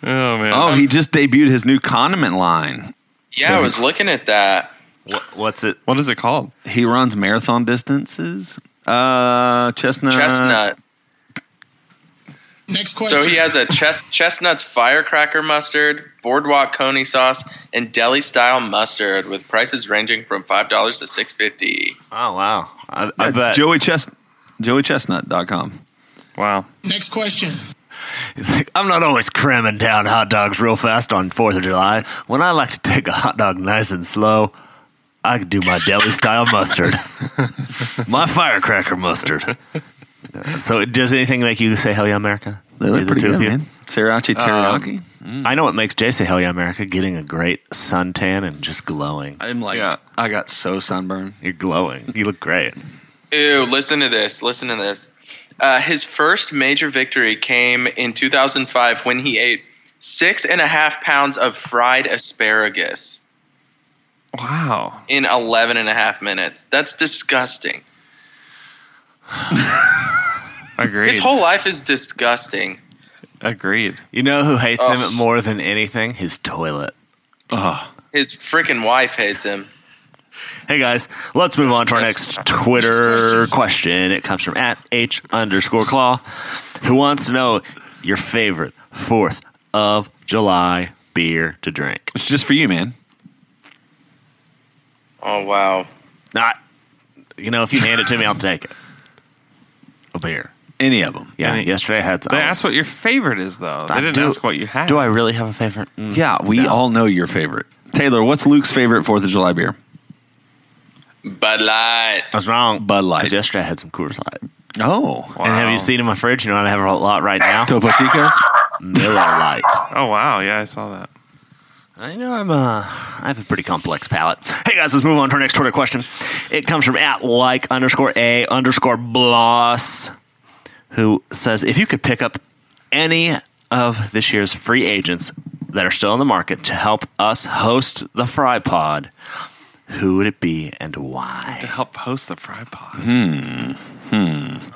[SPEAKER 5] Oh man.
[SPEAKER 7] Oh, he just debuted his new condiment line.
[SPEAKER 6] Yeah, I was looking at that.
[SPEAKER 8] What, what's it?
[SPEAKER 5] what is it called?
[SPEAKER 7] He runs marathon distances. Uh, chestnut.
[SPEAKER 6] Chestnut.
[SPEAKER 9] Next question.
[SPEAKER 6] So he has a chest, chestnuts firecracker mustard, boardwalk coney sauce, and deli style mustard with prices ranging from five dollars to six fifty.
[SPEAKER 8] Oh wow! I, I
[SPEAKER 7] Uh,
[SPEAKER 8] bet
[SPEAKER 7] Joey Chest. JoeyChestnut.com.
[SPEAKER 5] Wow.
[SPEAKER 9] Next question.
[SPEAKER 8] He's like, I'm not always cramming down hot dogs real fast on 4th of July. When I like to take a hot dog nice and slow, I can do my deli style mustard. my firecracker mustard. So, does anything make you say, Hell yeah, America?
[SPEAKER 7] They look
[SPEAKER 8] Either
[SPEAKER 7] pretty
[SPEAKER 8] two
[SPEAKER 7] good,
[SPEAKER 8] of you.
[SPEAKER 7] man. Um, Sriracha teriyaki.
[SPEAKER 8] I know what makes Jay say hell yeah America getting a great suntan and just glowing.
[SPEAKER 7] I'm like,
[SPEAKER 5] Yeah.
[SPEAKER 7] I got so sunburned.
[SPEAKER 8] You're glowing. You look great.
[SPEAKER 6] Ew, listen to this. Listen to this. Uh, his first major victory came in 2005 when he ate six and a half pounds of fried asparagus
[SPEAKER 5] Wow.
[SPEAKER 6] in 11 and a half minutes. That's disgusting.
[SPEAKER 5] Agreed.
[SPEAKER 6] His whole life is disgusting.
[SPEAKER 5] Agreed.
[SPEAKER 8] You know who hates
[SPEAKER 6] Ugh.
[SPEAKER 8] him more than anything? His toilet.
[SPEAKER 6] His freaking wife hates him.
[SPEAKER 8] Hey guys, let's move on to our next Twitter question. It comes from at H underscore claw, who wants to know your favorite 4th of July beer to drink.
[SPEAKER 7] It's just for you, man.
[SPEAKER 6] Oh, wow.
[SPEAKER 8] Not, you know, if you hand it to me, I'll take it. A beer.
[SPEAKER 7] Any of them.
[SPEAKER 8] Yeah,
[SPEAKER 5] Any-
[SPEAKER 8] yesterday I had
[SPEAKER 5] They asked what your favorite is, though. They didn't
[SPEAKER 8] do-
[SPEAKER 5] ask what you had.
[SPEAKER 8] Do I really have a favorite? Mm.
[SPEAKER 7] Yeah, we all know your favorite. Taylor, what's Luke's favorite Fourth of July beer?
[SPEAKER 6] Bud Light.
[SPEAKER 8] I was wrong.
[SPEAKER 7] Bud Light.
[SPEAKER 8] 'Cause Yesterday I had some Coors Light.
[SPEAKER 7] Oh,
[SPEAKER 5] Wow.
[SPEAKER 8] And have you seen in my fridge? You know what I have a lot right now?
[SPEAKER 7] Topo Chicos.
[SPEAKER 8] Miller Light.
[SPEAKER 5] Oh wow. Yeah, I saw that.
[SPEAKER 8] I know I'm uh, I have a pretty complex palate. Hey guys, let's move on to our next Twitter question. It comes from at like underscore a underscore bloss, who says if you could pick up any of this year's free agents that are still on the market to help us host the Fry Pod, who would it be and why?
[SPEAKER 5] To help host the fry pod.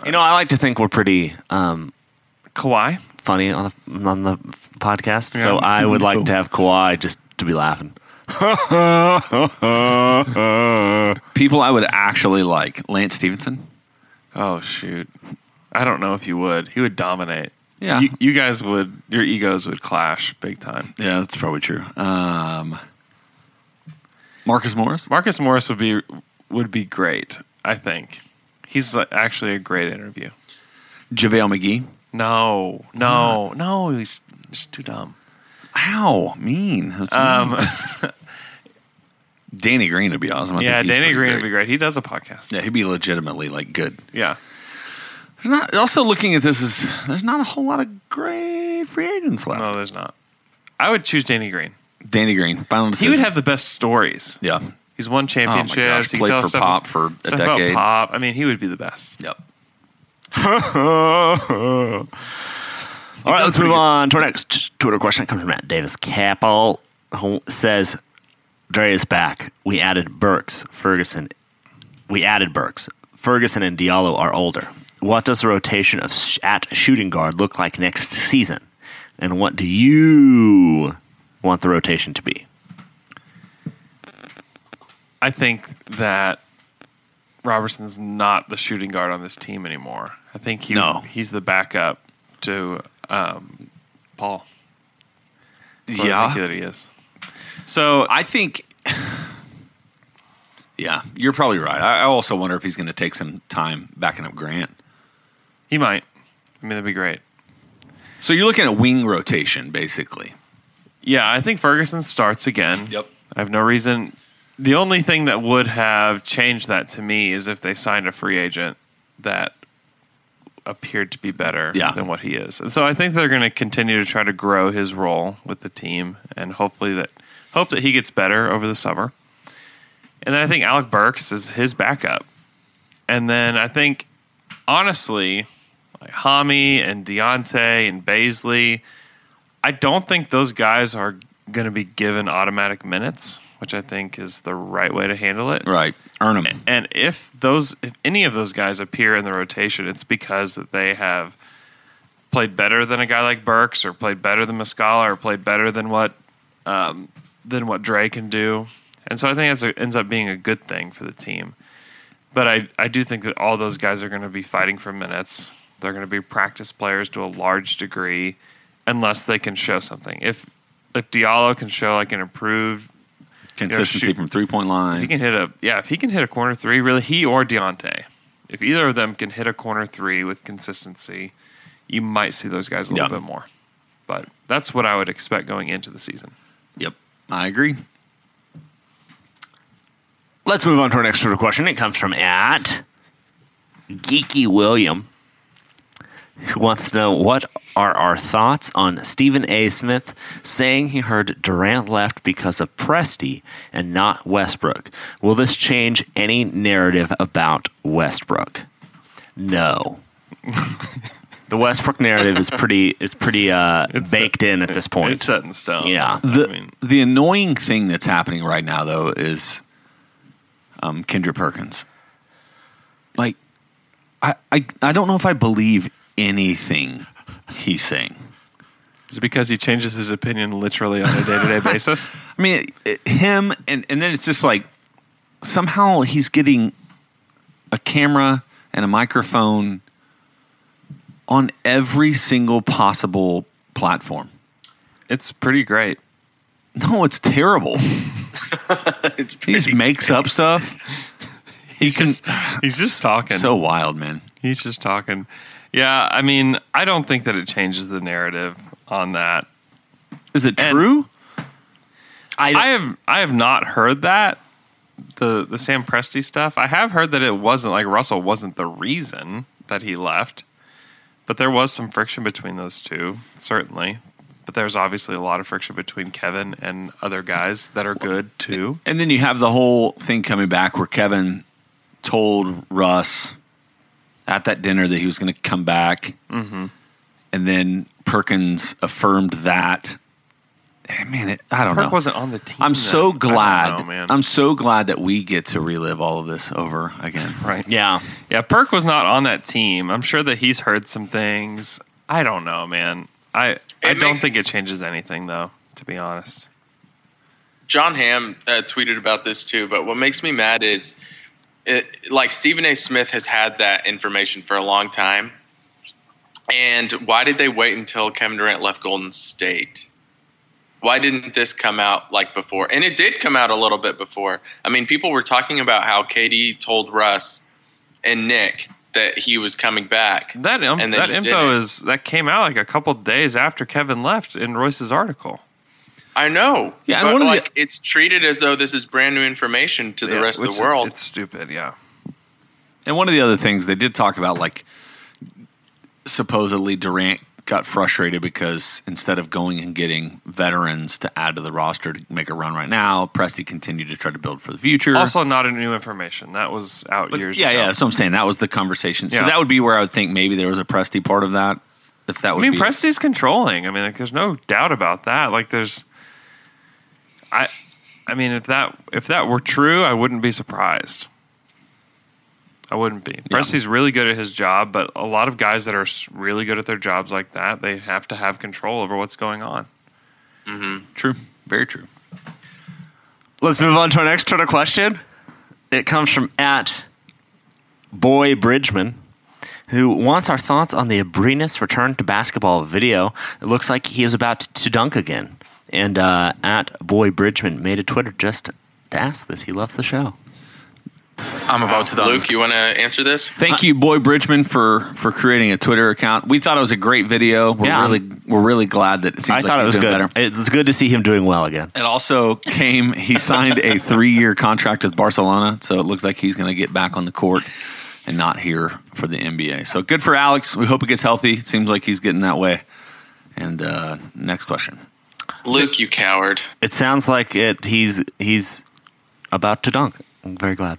[SPEAKER 8] You know, I like to think we're pretty um,
[SPEAKER 5] Kawhi.
[SPEAKER 8] funny on the, on the podcast, so I would like to have Kawhi just to be laughing.
[SPEAKER 7] People I would actually like: Lance Stevenson.
[SPEAKER 5] Oh shoot. I don't know if you would. He would dominate.
[SPEAKER 7] Yeah.
[SPEAKER 5] You, you guys would. Your egos would clash big time.
[SPEAKER 7] Yeah, that's probably true. Um, Marcus Morris.
[SPEAKER 5] Marcus Morris would be would be great. I think he's like, actually a great interview.
[SPEAKER 7] JaVale McGee.
[SPEAKER 5] No, no, no. He's just too dumb.
[SPEAKER 7] How mean. That's
[SPEAKER 5] Um,
[SPEAKER 7] mean. Danny Green would be awesome. I
[SPEAKER 5] yeah,
[SPEAKER 7] think he's pretty
[SPEAKER 5] Danny Green
[SPEAKER 7] great.
[SPEAKER 5] would be great. He does a podcast.
[SPEAKER 7] Yeah, he'd be legitimately like good.
[SPEAKER 5] yeah.
[SPEAKER 7] There's not also looking at this is there's not a whole lot of great free agents left.
[SPEAKER 5] No, there's not. I would choose Danny Green.
[SPEAKER 7] Danny Green, final
[SPEAKER 5] He
[SPEAKER 7] decision.
[SPEAKER 5] would have the best stories.
[SPEAKER 7] yeah,
[SPEAKER 5] He's won championships. He can
[SPEAKER 7] Oh played
[SPEAKER 5] tell
[SPEAKER 7] for
[SPEAKER 5] stuff-
[SPEAKER 7] Pop for a
[SPEAKER 5] stuff about
[SPEAKER 7] decade.
[SPEAKER 5] Pop. I mean, he would be the best.
[SPEAKER 7] yep.
[SPEAKER 8] All right, let's move on to our next Twitter question. It comes from Matt Davis Capel, who says, Dre is back. We added Burks, Ferguson. We added Burks. Ferguson and Diallo are older. What does the rotation of sh- at shooting guard look like next season? And what do you want the rotation to be?
[SPEAKER 5] I think that Robertson's not the shooting guard on this team anymore. I think he
[SPEAKER 7] No.
[SPEAKER 5] he's the backup to um, Paul. Or I think
[SPEAKER 7] Yeah,
[SPEAKER 5] that he is. So
[SPEAKER 7] I think. Yeah, you're probably right. I I also wonder if he's going to take some time backing up Grant.
[SPEAKER 5] he might. I mean, that'd be great.
[SPEAKER 7] So you're looking at wing rotation, basically.
[SPEAKER 5] Yeah, I think Ferguson starts again.
[SPEAKER 7] Yep.
[SPEAKER 5] I have no reason. The only thing that would have changed that to me is if they signed a free agent that appeared to be better
[SPEAKER 7] Yeah.
[SPEAKER 5] than what he is. And so I think they're going to continue to try to grow his role with the team and hopefully that hope that he gets better over the summer. And then I think Alec Burks is his backup. And then I think honestly, like Hami and Deontay and Baisley, I don't think those guys are going to be given automatic minutes, which I think is the right way to handle it.
[SPEAKER 7] Right, earn him.
[SPEAKER 5] And if those, if any of those guys appear in the rotation, it's because that they have played better than a guy like Burks, or played better than Muscala, or played better than what um, than what Dre can do. And so I think that's a, ends up being a good thing for the team. But I, I do think that all those guys are going to be fighting for minutes. They're going to be practice players to a large degree, unless they can show something. If if Diallo can show like an improved
[SPEAKER 7] Consistency
[SPEAKER 5] shoot.
[SPEAKER 7] from three point
[SPEAKER 5] if
[SPEAKER 7] line.
[SPEAKER 5] he can hit a yeah, if he can hit a corner three, really he or Deontay, if either of them can hit a corner three with consistency, you might see those guys a little
[SPEAKER 7] Yeah.
[SPEAKER 5] bit more. But that's what I would expect going into the season.
[SPEAKER 7] yep, I agree.
[SPEAKER 8] Let's move on to our next Twitter question. It comes from at Geeky William, who wants to know what are our thoughts on Stephen A. Smith saying he heard Durant left because of Presti and not Westbrook. Will this change any narrative about Westbrook? No. the Westbrook narrative is pretty is pretty uh, baked in at this point.
[SPEAKER 5] It's set in stone.
[SPEAKER 8] Yeah.
[SPEAKER 5] I
[SPEAKER 7] The,
[SPEAKER 5] mean,
[SPEAKER 7] the annoying thing that's happening right now, though, is um, Kendra Perkins. Like, I, I, I don't know if I believe anything he's saying.
[SPEAKER 5] is it because he changes his opinion literally on a day to day basis?
[SPEAKER 7] I mean, it, it- him, and, and then it's just like somehow he's getting a camera and a microphone on every single possible platform.
[SPEAKER 5] It's pretty great.
[SPEAKER 7] No, it's terrible.
[SPEAKER 6] It's
[SPEAKER 7] He just makes up stuff. He
[SPEAKER 5] He's
[SPEAKER 7] can.
[SPEAKER 5] just, he's just talking.
[SPEAKER 7] so wild, man.
[SPEAKER 5] He's just talking. Yeah, I mean, I don't think that it changes the narrative on that.
[SPEAKER 7] Is it
[SPEAKER 5] And-
[SPEAKER 7] true?
[SPEAKER 5] I have I have not heard that the the Sam Presti stuff. I have heard that it wasn't like Russell wasn't the reason that he left, but there was some friction between those two, certainly. But there's obviously a lot of friction between Kevin and other guys that are good too.
[SPEAKER 7] And then you have the whole thing coming back where Kevin told Russ at that dinner that he was going to come back, and then Perkins affirmed that. Eh, Man, it, I don't
[SPEAKER 5] Perk
[SPEAKER 7] know.
[SPEAKER 5] wasn't on the team.
[SPEAKER 7] I'm
[SPEAKER 5] then. I
[SPEAKER 7] so
[SPEAKER 5] don't
[SPEAKER 7] glad.
[SPEAKER 5] know, man.
[SPEAKER 7] I'm so glad that we get to relive all of this over again.
[SPEAKER 5] right.
[SPEAKER 8] yeah.
[SPEAKER 5] Yeah, Perk was not on that team. I'm sure that he's heard some things. I don't know, man. I I
[SPEAKER 6] It
[SPEAKER 5] don't
[SPEAKER 6] make-
[SPEAKER 5] think it changes anything though, to be honest.
[SPEAKER 6] John Hamm uh, tweeted about this too, but what makes me mad is, it, like Stephen A. Smith has had that information for a long time, and why did they wait until Kevin Durant left Golden State? Why didn't this come out like before? And it did come out a little bit before. I mean, people were talking about how KD told Russ and Nick that he was coming back.
[SPEAKER 5] That um,
[SPEAKER 6] And then
[SPEAKER 5] that
[SPEAKER 6] he
[SPEAKER 5] info
[SPEAKER 6] didn't.
[SPEAKER 5] is that came out like a couple days after Kevin left in Royce's article.
[SPEAKER 6] I know.
[SPEAKER 7] Yeah, and
[SPEAKER 6] but
[SPEAKER 7] one of the-
[SPEAKER 6] like it's treated as though this is brand new information to the
[SPEAKER 5] Yeah,
[SPEAKER 6] rest of
[SPEAKER 5] which
[SPEAKER 6] the world.
[SPEAKER 5] It's stupid, yeah.
[SPEAKER 7] And one of the other things they did talk about, like supposedly Durant got frustrated because instead of going and getting veterans to add to the roster to make a run right now, Presti continued to try to build for the future.
[SPEAKER 5] Also, not a new information that was out
[SPEAKER 7] But
[SPEAKER 5] years.
[SPEAKER 7] yeah,
[SPEAKER 5] ago.
[SPEAKER 7] yeah. So I'm saying that was the conversation. So
[SPEAKER 5] Yeah.
[SPEAKER 7] that would be where I would think maybe there was a Presti part of that. If that
[SPEAKER 5] I
[SPEAKER 7] would
[SPEAKER 5] mean,
[SPEAKER 7] be
[SPEAKER 5] Presti's controlling. I mean, like, there's no doubt about that. Like, there's, I, I mean, if that if that were true, I wouldn't be surprised. I wouldn't be. Presti's really good at his job, but a lot of guys that are s- really good at their jobs like that, they have to have control over what's going on.
[SPEAKER 7] true, very true.
[SPEAKER 8] Let's move on to our next Twitter question. It comes from at Boy Bridgman, who wants our thoughts on the Abrinas return to basketball video. It looks like he is about to dunk again. And uh, at Boy Bridgman made a Twitter just to ask this. He loves the show.
[SPEAKER 2] I'm about to dunk.
[SPEAKER 6] Luke, you want to answer this?
[SPEAKER 7] Thank you, Boy Bridgman, for for creating a Twitter account. We thought it was a great video. We're
[SPEAKER 8] Yeah.
[SPEAKER 7] really we're really glad that it seems
[SPEAKER 8] I
[SPEAKER 7] like
[SPEAKER 8] thought it
[SPEAKER 7] he's
[SPEAKER 8] was
[SPEAKER 7] doing
[SPEAKER 8] good.
[SPEAKER 7] better.
[SPEAKER 8] It's good to see him doing well again.
[SPEAKER 7] It also came. He signed a three-year contract with Barcelona, so it looks like he's going to get back on the court and not here for the NBA. So good for Alex. We hope he gets healthy. It seems like he's getting that way. And uh, next question.
[SPEAKER 6] Luke, you coward.
[SPEAKER 8] It sounds like it. He's he's about to dunk. I'm very glad.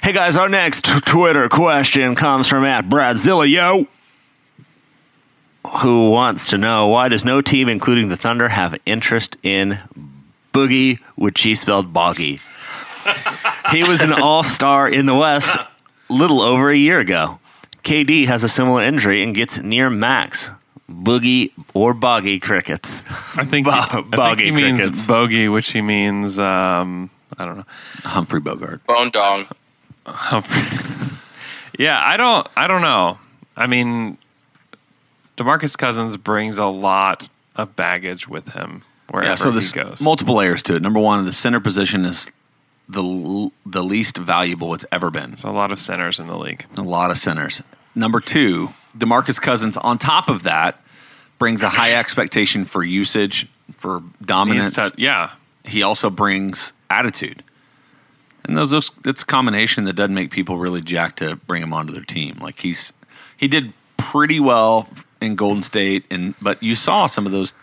[SPEAKER 8] Hey guys, our next Twitter question comes from at Bradzilla yo, who wants to know why does no team, including the Thunder, have interest in Boogie, which he spelled Boggy. he was an All Star in the West little over a year ago. KD has a similar injury and gets near max. Boogie or Boggy crickets.
[SPEAKER 5] I think
[SPEAKER 8] Bo-
[SPEAKER 5] he, I think
[SPEAKER 8] bogey
[SPEAKER 5] he means
[SPEAKER 8] crickets.
[SPEAKER 5] bogey, which he means um, I don't know.
[SPEAKER 7] Humphrey Bogart.
[SPEAKER 6] Bone dong.
[SPEAKER 5] yeah, I don't. I don't know. I mean, Demarcus Cousins brings a lot of baggage with him wherever
[SPEAKER 7] Yeah, so
[SPEAKER 5] he
[SPEAKER 7] there's
[SPEAKER 5] goes.
[SPEAKER 7] multiple layers to it. Number one, the center position is the l- the least valuable it's ever been.
[SPEAKER 5] a lot of centers in the league.
[SPEAKER 7] A lot of centers. Number two, Demarcus Cousins. On top of that, brings a high expectation for usage, for
[SPEAKER 5] He's
[SPEAKER 7] dominance.
[SPEAKER 5] tou- yeah,
[SPEAKER 7] he also brings attitude, and those those it's a combination that doesn't make people really jack to bring him onto their team. Like he's he did pretty well in Golden State, and but you saw some of those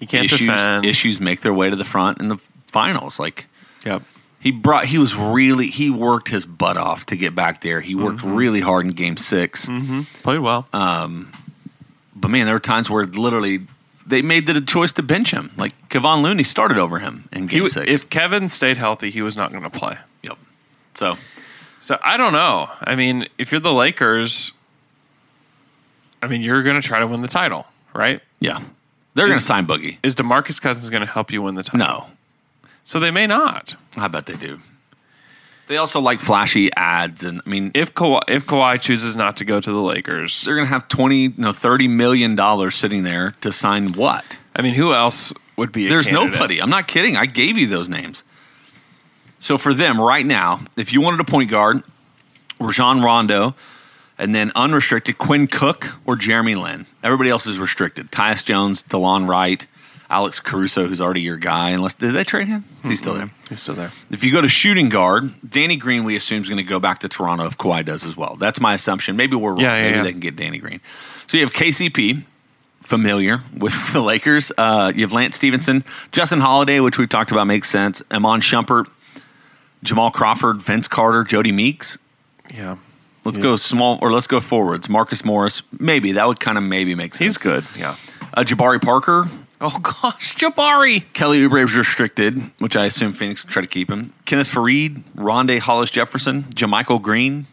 [SPEAKER 5] He can't
[SPEAKER 7] issues
[SPEAKER 5] defend.
[SPEAKER 7] issues make their way to the front in the finals. Like
[SPEAKER 5] Yep.
[SPEAKER 7] he brought, he was really he worked his butt off to get back there. He worked
[SPEAKER 5] Mm-hmm.
[SPEAKER 7] really hard in Game 6
[SPEAKER 5] Played well.
[SPEAKER 7] Uh, but man, there were times where literally they made the choice to bench him. Like Kevon Looney started over him in
[SPEAKER 5] he
[SPEAKER 7] Game
[SPEAKER 5] was,
[SPEAKER 7] Six.
[SPEAKER 5] if Kevin stayed healthy, he was not going to play.
[SPEAKER 7] yep. So
[SPEAKER 5] So I don't know. I mean, if you're the Lakers, I mean, you're going to try to win the title, right?
[SPEAKER 7] yeah, they're going to
[SPEAKER 5] Is-
[SPEAKER 7] sign Boogie.
[SPEAKER 5] Is DeMarcus Cousins going to help you win the title?
[SPEAKER 7] No,
[SPEAKER 5] So they may not.
[SPEAKER 7] I bet they do. They also like flashy ads, and I mean,
[SPEAKER 5] If Kawhi, if Kawhi chooses not to go to the Lakers,
[SPEAKER 7] they're going to have twenty, no, thirty million dollars sitting there to sign what?
[SPEAKER 5] I mean, who else would be? A
[SPEAKER 7] There's
[SPEAKER 5] candidate?
[SPEAKER 7] nobody. I'm not kidding. I gave you those names. So for them right now, if you wanted a point guard, Rajon Rondo, and then unrestricted Quinn Cook or Jeremy Lin. Everybody else is restricted. Tyus Jones, DeLon Wright, Alex Caruso, who's already your guy. Unless did they trade him? Is he still there?
[SPEAKER 5] He's still there.
[SPEAKER 7] If you go to shooting guard, Danny Green we assume is going to go back to Toronto if Kawhi does as well. That's my assumption. Maybe we're wrong.
[SPEAKER 5] Yeah, yeah,
[SPEAKER 7] Maybe
[SPEAKER 5] yeah.
[SPEAKER 7] they can get Danny Green. So you have KCP, familiar with the Lakers. Uh, you have Lance Stevenson, Justin Holiday, which we've talked about makes sense. Amon Shumpert, Jamal Crawford, Vince Carter, Jody Meeks.
[SPEAKER 5] Yeah,
[SPEAKER 7] Let's go small or let's go forwards. Marcus Morris, maybe that would kind of maybe make sense.
[SPEAKER 5] he's good. Yeah.
[SPEAKER 7] Uh, Jabari Parker. Oh gosh, Jabari. Kelly Oubre was restricted, which I assume Phoenix will try to keep him. Kenneth Farid, Rondé Hollis Jefferson, Jamichael Green.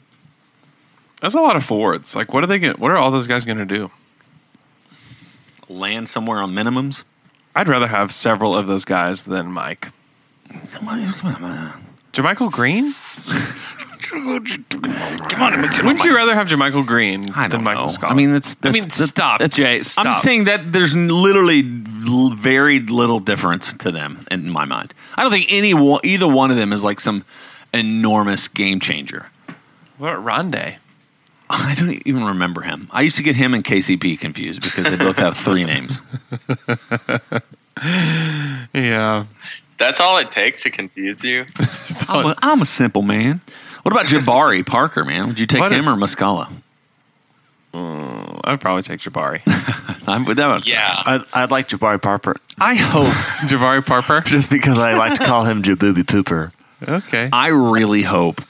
[SPEAKER 5] That's a lot of forwards. Like, what are they? Gonna, what are all those guys going to do?
[SPEAKER 7] Land somewhere on minimums.
[SPEAKER 5] I'd rather have several of those guys than Mike.
[SPEAKER 7] Come on, come on,
[SPEAKER 5] Jermichael Green?
[SPEAKER 7] come on. mix it up,
[SPEAKER 5] Wouldn't you
[SPEAKER 7] Mike.
[SPEAKER 5] rather have Jermichael Green
[SPEAKER 7] I
[SPEAKER 5] than
[SPEAKER 7] don't
[SPEAKER 5] Michael
[SPEAKER 7] know.
[SPEAKER 5] Scott?
[SPEAKER 7] I mean, that's, that's
[SPEAKER 5] I mean,
[SPEAKER 7] that's-
[SPEAKER 5] stop,
[SPEAKER 7] that's-
[SPEAKER 5] Jay. Stop.
[SPEAKER 7] I'm saying that there's n- literally l- very little difference to them in my mind. I don't think any one, either one of them is like some enormous game changer.
[SPEAKER 5] what about Rondé?
[SPEAKER 7] I don't e-, even remember him. I used to get him and KCP confused because they both have three names.
[SPEAKER 5] Yeah,
[SPEAKER 6] That's all it takes to confuse you.
[SPEAKER 7] I'm a, I'm a simple man. What about Jabari Parker, man? Would you take
[SPEAKER 5] What
[SPEAKER 7] him
[SPEAKER 5] is-
[SPEAKER 7] or Muscala?
[SPEAKER 5] I'd probably take Jabari.
[SPEAKER 7] I'm, that would,
[SPEAKER 6] Yeah.
[SPEAKER 8] I'd, I'd like Jabari Parker
[SPEAKER 7] I hope.
[SPEAKER 5] Jabari Parker.
[SPEAKER 8] just because I like to call him Jabooby Pooper.
[SPEAKER 5] Okay.
[SPEAKER 7] I really hope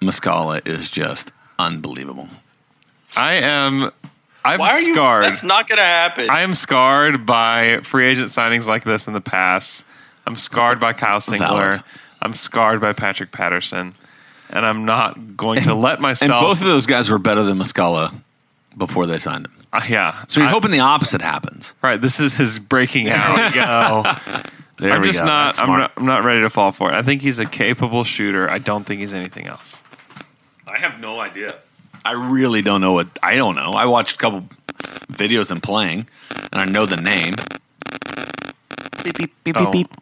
[SPEAKER 7] Muscala is just unbelievable.
[SPEAKER 5] I am. I'm
[SPEAKER 6] Why are you?
[SPEAKER 5] scarred.
[SPEAKER 6] That's not going to happen.
[SPEAKER 5] I am scarred by free agent signings like this in the past. I'm scarred by Kyle Singler.
[SPEAKER 7] Valid.
[SPEAKER 5] I'm scarred by Patrick Patterson, and I'm not going to let
[SPEAKER 7] And
[SPEAKER 5] myself.
[SPEAKER 7] both of those guys were better than Muscala before they signed him.
[SPEAKER 5] Uh, yeah.
[SPEAKER 7] So you're
[SPEAKER 5] I-
[SPEAKER 7] hoping the opposite happens.
[SPEAKER 5] right? This is his breaking out.
[SPEAKER 8] Go. There
[SPEAKER 5] I'm
[SPEAKER 8] we
[SPEAKER 5] just
[SPEAKER 8] go.
[SPEAKER 5] not.
[SPEAKER 8] That's
[SPEAKER 5] I'm
[SPEAKER 8] smart.
[SPEAKER 5] not. I'm not ready to fall for it. I think he's a capable shooter. I don't think he's anything else.
[SPEAKER 7] I have no idea. I really don't know what. I don't know. I watched a couple videos of him playing, and I know the name. I
[SPEAKER 5] Oh,
[SPEAKER 7] don't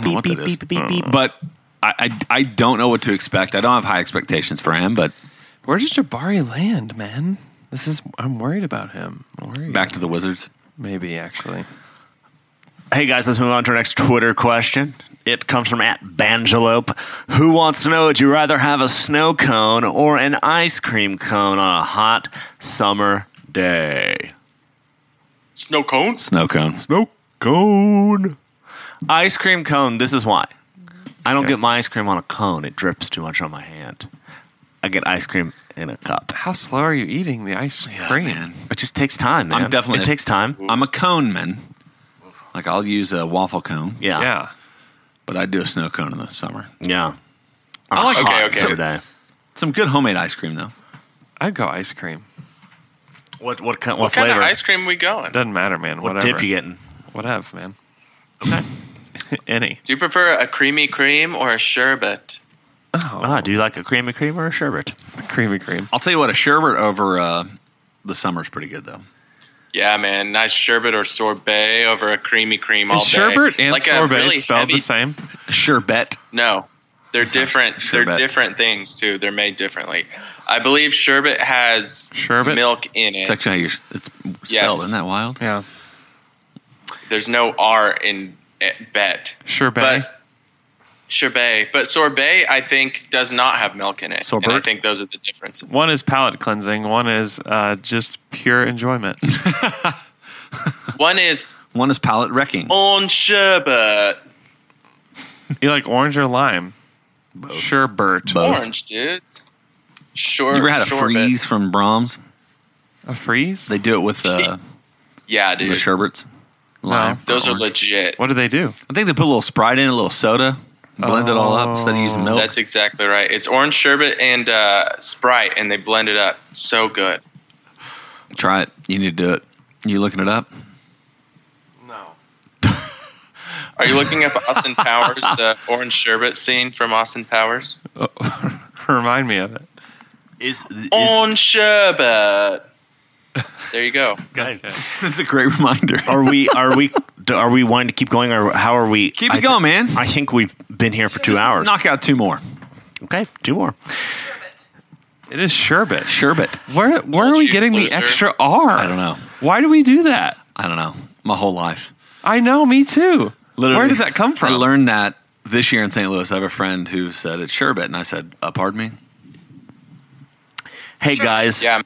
[SPEAKER 7] know what that is. But I, I I don't know what to expect. I don't have high expectations for him. But
[SPEAKER 5] Where does Jabari land, man? This is. I'm worried about him. I'm worried.
[SPEAKER 7] back to the Wizards.
[SPEAKER 5] Maybe actually.
[SPEAKER 8] Hey guys, let's move on to our next Twitter question. It comes from at Bangelope. Who wants to know would you rather have a snow cone or an ice cream cone on a hot summer day?
[SPEAKER 6] Snow cones.
[SPEAKER 7] Snow cone.
[SPEAKER 8] Snow cone. Ice cream cone, this is why. I don't
[SPEAKER 5] Okay.
[SPEAKER 8] get my ice cream on a cone. It drips too much on my hand. I get ice cream in a cup.
[SPEAKER 5] How slow are you eating the ice cream?
[SPEAKER 7] man.
[SPEAKER 8] It just takes time, man.
[SPEAKER 7] I'm definitely-
[SPEAKER 8] it takes time.
[SPEAKER 7] I'm a cone man. Like I'll use a waffle cone,
[SPEAKER 8] Yeah.
[SPEAKER 5] Yeah.
[SPEAKER 7] but I do a snow cone in the summer.
[SPEAKER 8] Yeah.
[SPEAKER 7] I like-
[SPEAKER 8] hot
[SPEAKER 6] okay, okay.
[SPEAKER 8] summer day.
[SPEAKER 7] Some good homemade ice cream though.
[SPEAKER 5] I'd go ice cream.
[SPEAKER 8] What what, kind-
[SPEAKER 6] What
[SPEAKER 8] what
[SPEAKER 6] kind
[SPEAKER 8] flavor?
[SPEAKER 6] of ice cream we going? Do
[SPEAKER 5] Doesn't matter, man.
[SPEAKER 8] what
[SPEAKER 5] Whatever.
[SPEAKER 8] dip you getting?
[SPEAKER 5] Whatever, man. Okay. Any.
[SPEAKER 6] you prefer a creamy cream or a sherbet?
[SPEAKER 5] Oh,
[SPEAKER 8] Ah, do you like a creamy cream or a sherbet?
[SPEAKER 5] creamy cream.
[SPEAKER 7] I'll tell you what, a sherbet over uh, the summer's pretty good though.
[SPEAKER 6] Yeah, man. Nice sherbet or sorbet over a creamy cream all
[SPEAKER 5] Is
[SPEAKER 6] day.
[SPEAKER 5] sherbet and
[SPEAKER 6] Like a
[SPEAKER 5] sorbet
[SPEAKER 6] really
[SPEAKER 5] spelled
[SPEAKER 6] heavy-
[SPEAKER 5] the same?
[SPEAKER 7] Sherbet.
[SPEAKER 6] No, they're
[SPEAKER 7] not
[SPEAKER 6] different. They're
[SPEAKER 7] sherbet.
[SPEAKER 6] different things too. They're made differently. I believe sherbet has
[SPEAKER 5] Sherbet?
[SPEAKER 6] milk in it.
[SPEAKER 7] It's actually how you it's spelled.
[SPEAKER 6] Yes.
[SPEAKER 7] Isn't that wild?
[SPEAKER 5] Yeah.
[SPEAKER 6] There's no R in eh, bet.
[SPEAKER 5] Sherbet.
[SPEAKER 6] But Sherbet, but sorbet I think does not have milk in it. And I
[SPEAKER 7] Sorbet?
[SPEAKER 6] think those are the differences.
[SPEAKER 5] One is palate cleansing. One is uh, just pure enjoyment.
[SPEAKER 6] One is
[SPEAKER 7] One is palate wrecking.
[SPEAKER 6] on sherbet.
[SPEAKER 5] you like orange or lime? Sure, Bert.
[SPEAKER 7] Both.
[SPEAKER 6] Orange, dude. Sure.
[SPEAKER 7] You ever had a
[SPEAKER 6] sherbet.
[SPEAKER 7] freeze from Brahms?
[SPEAKER 5] A freeze?
[SPEAKER 7] They do it with the,
[SPEAKER 6] Yeah, dude.
[SPEAKER 7] the sherbets. Lime.
[SPEAKER 6] Those are
[SPEAKER 7] orange.
[SPEAKER 6] legit.
[SPEAKER 5] What do they do?
[SPEAKER 7] I think they put a little Sprite in, a little soda, blend it all up instead of using milk.
[SPEAKER 6] That's exactly right. It's orange sherbet and uh, Sprite, and they blend it up. So good.
[SPEAKER 7] Try it. You need to do it. You looking it up?
[SPEAKER 6] Are you looking up Austin Powers, the orange sherbet scene from Austin Powers?
[SPEAKER 5] Remind me of it.
[SPEAKER 8] Is, is
[SPEAKER 6] Orange sherbet. There you go.
[SPEAKER 5] Gotcha.
[SPEAKER 7] That's a great reminder.
[SPEAKER 8] are we are we do- are we wanting to keep going or how are we?
[SPEAKER 7] Keep
[SPEAKER 8] I
[SPEAKER 7] it
[SPEAKER 8] thi-
[SPEAKER 7] going, man.
[SPEAKER 8] I think we've been here for two hours.
[SPEAKER 7] Knock out two more.
[SPEAKER 8] Okay, two more.
[SPEAKER 5] It is sherbet.
[SPEAKER 7] Sherbet.
[SPEAKER 5] Where where are
[SPEAKER 6] Told
[SPEAKER 5] we
[SPEAKER 6] you,
[SPEAKER 5] getting the
[SPEAKER 6] loser.
[SPEAKER 5] extra R?
[SPEAKER 7] I don't know.
[SPEAKER 5] Why do we do that?
[SPEAKER 7] I don't know. My whole life.
[SPEAKER 5] I know, me too.
[SPEAKER 7] Literally.
[SPEAKER 5] Where did that come from?
[SPEAKER 7] I learned that this year in St. Louis. I have a friend who said it's sherbet, and I said, uh, "Pardon me."
[SPEAKER 8] Hey guys,
[SPEAKER 6] Yeah, man.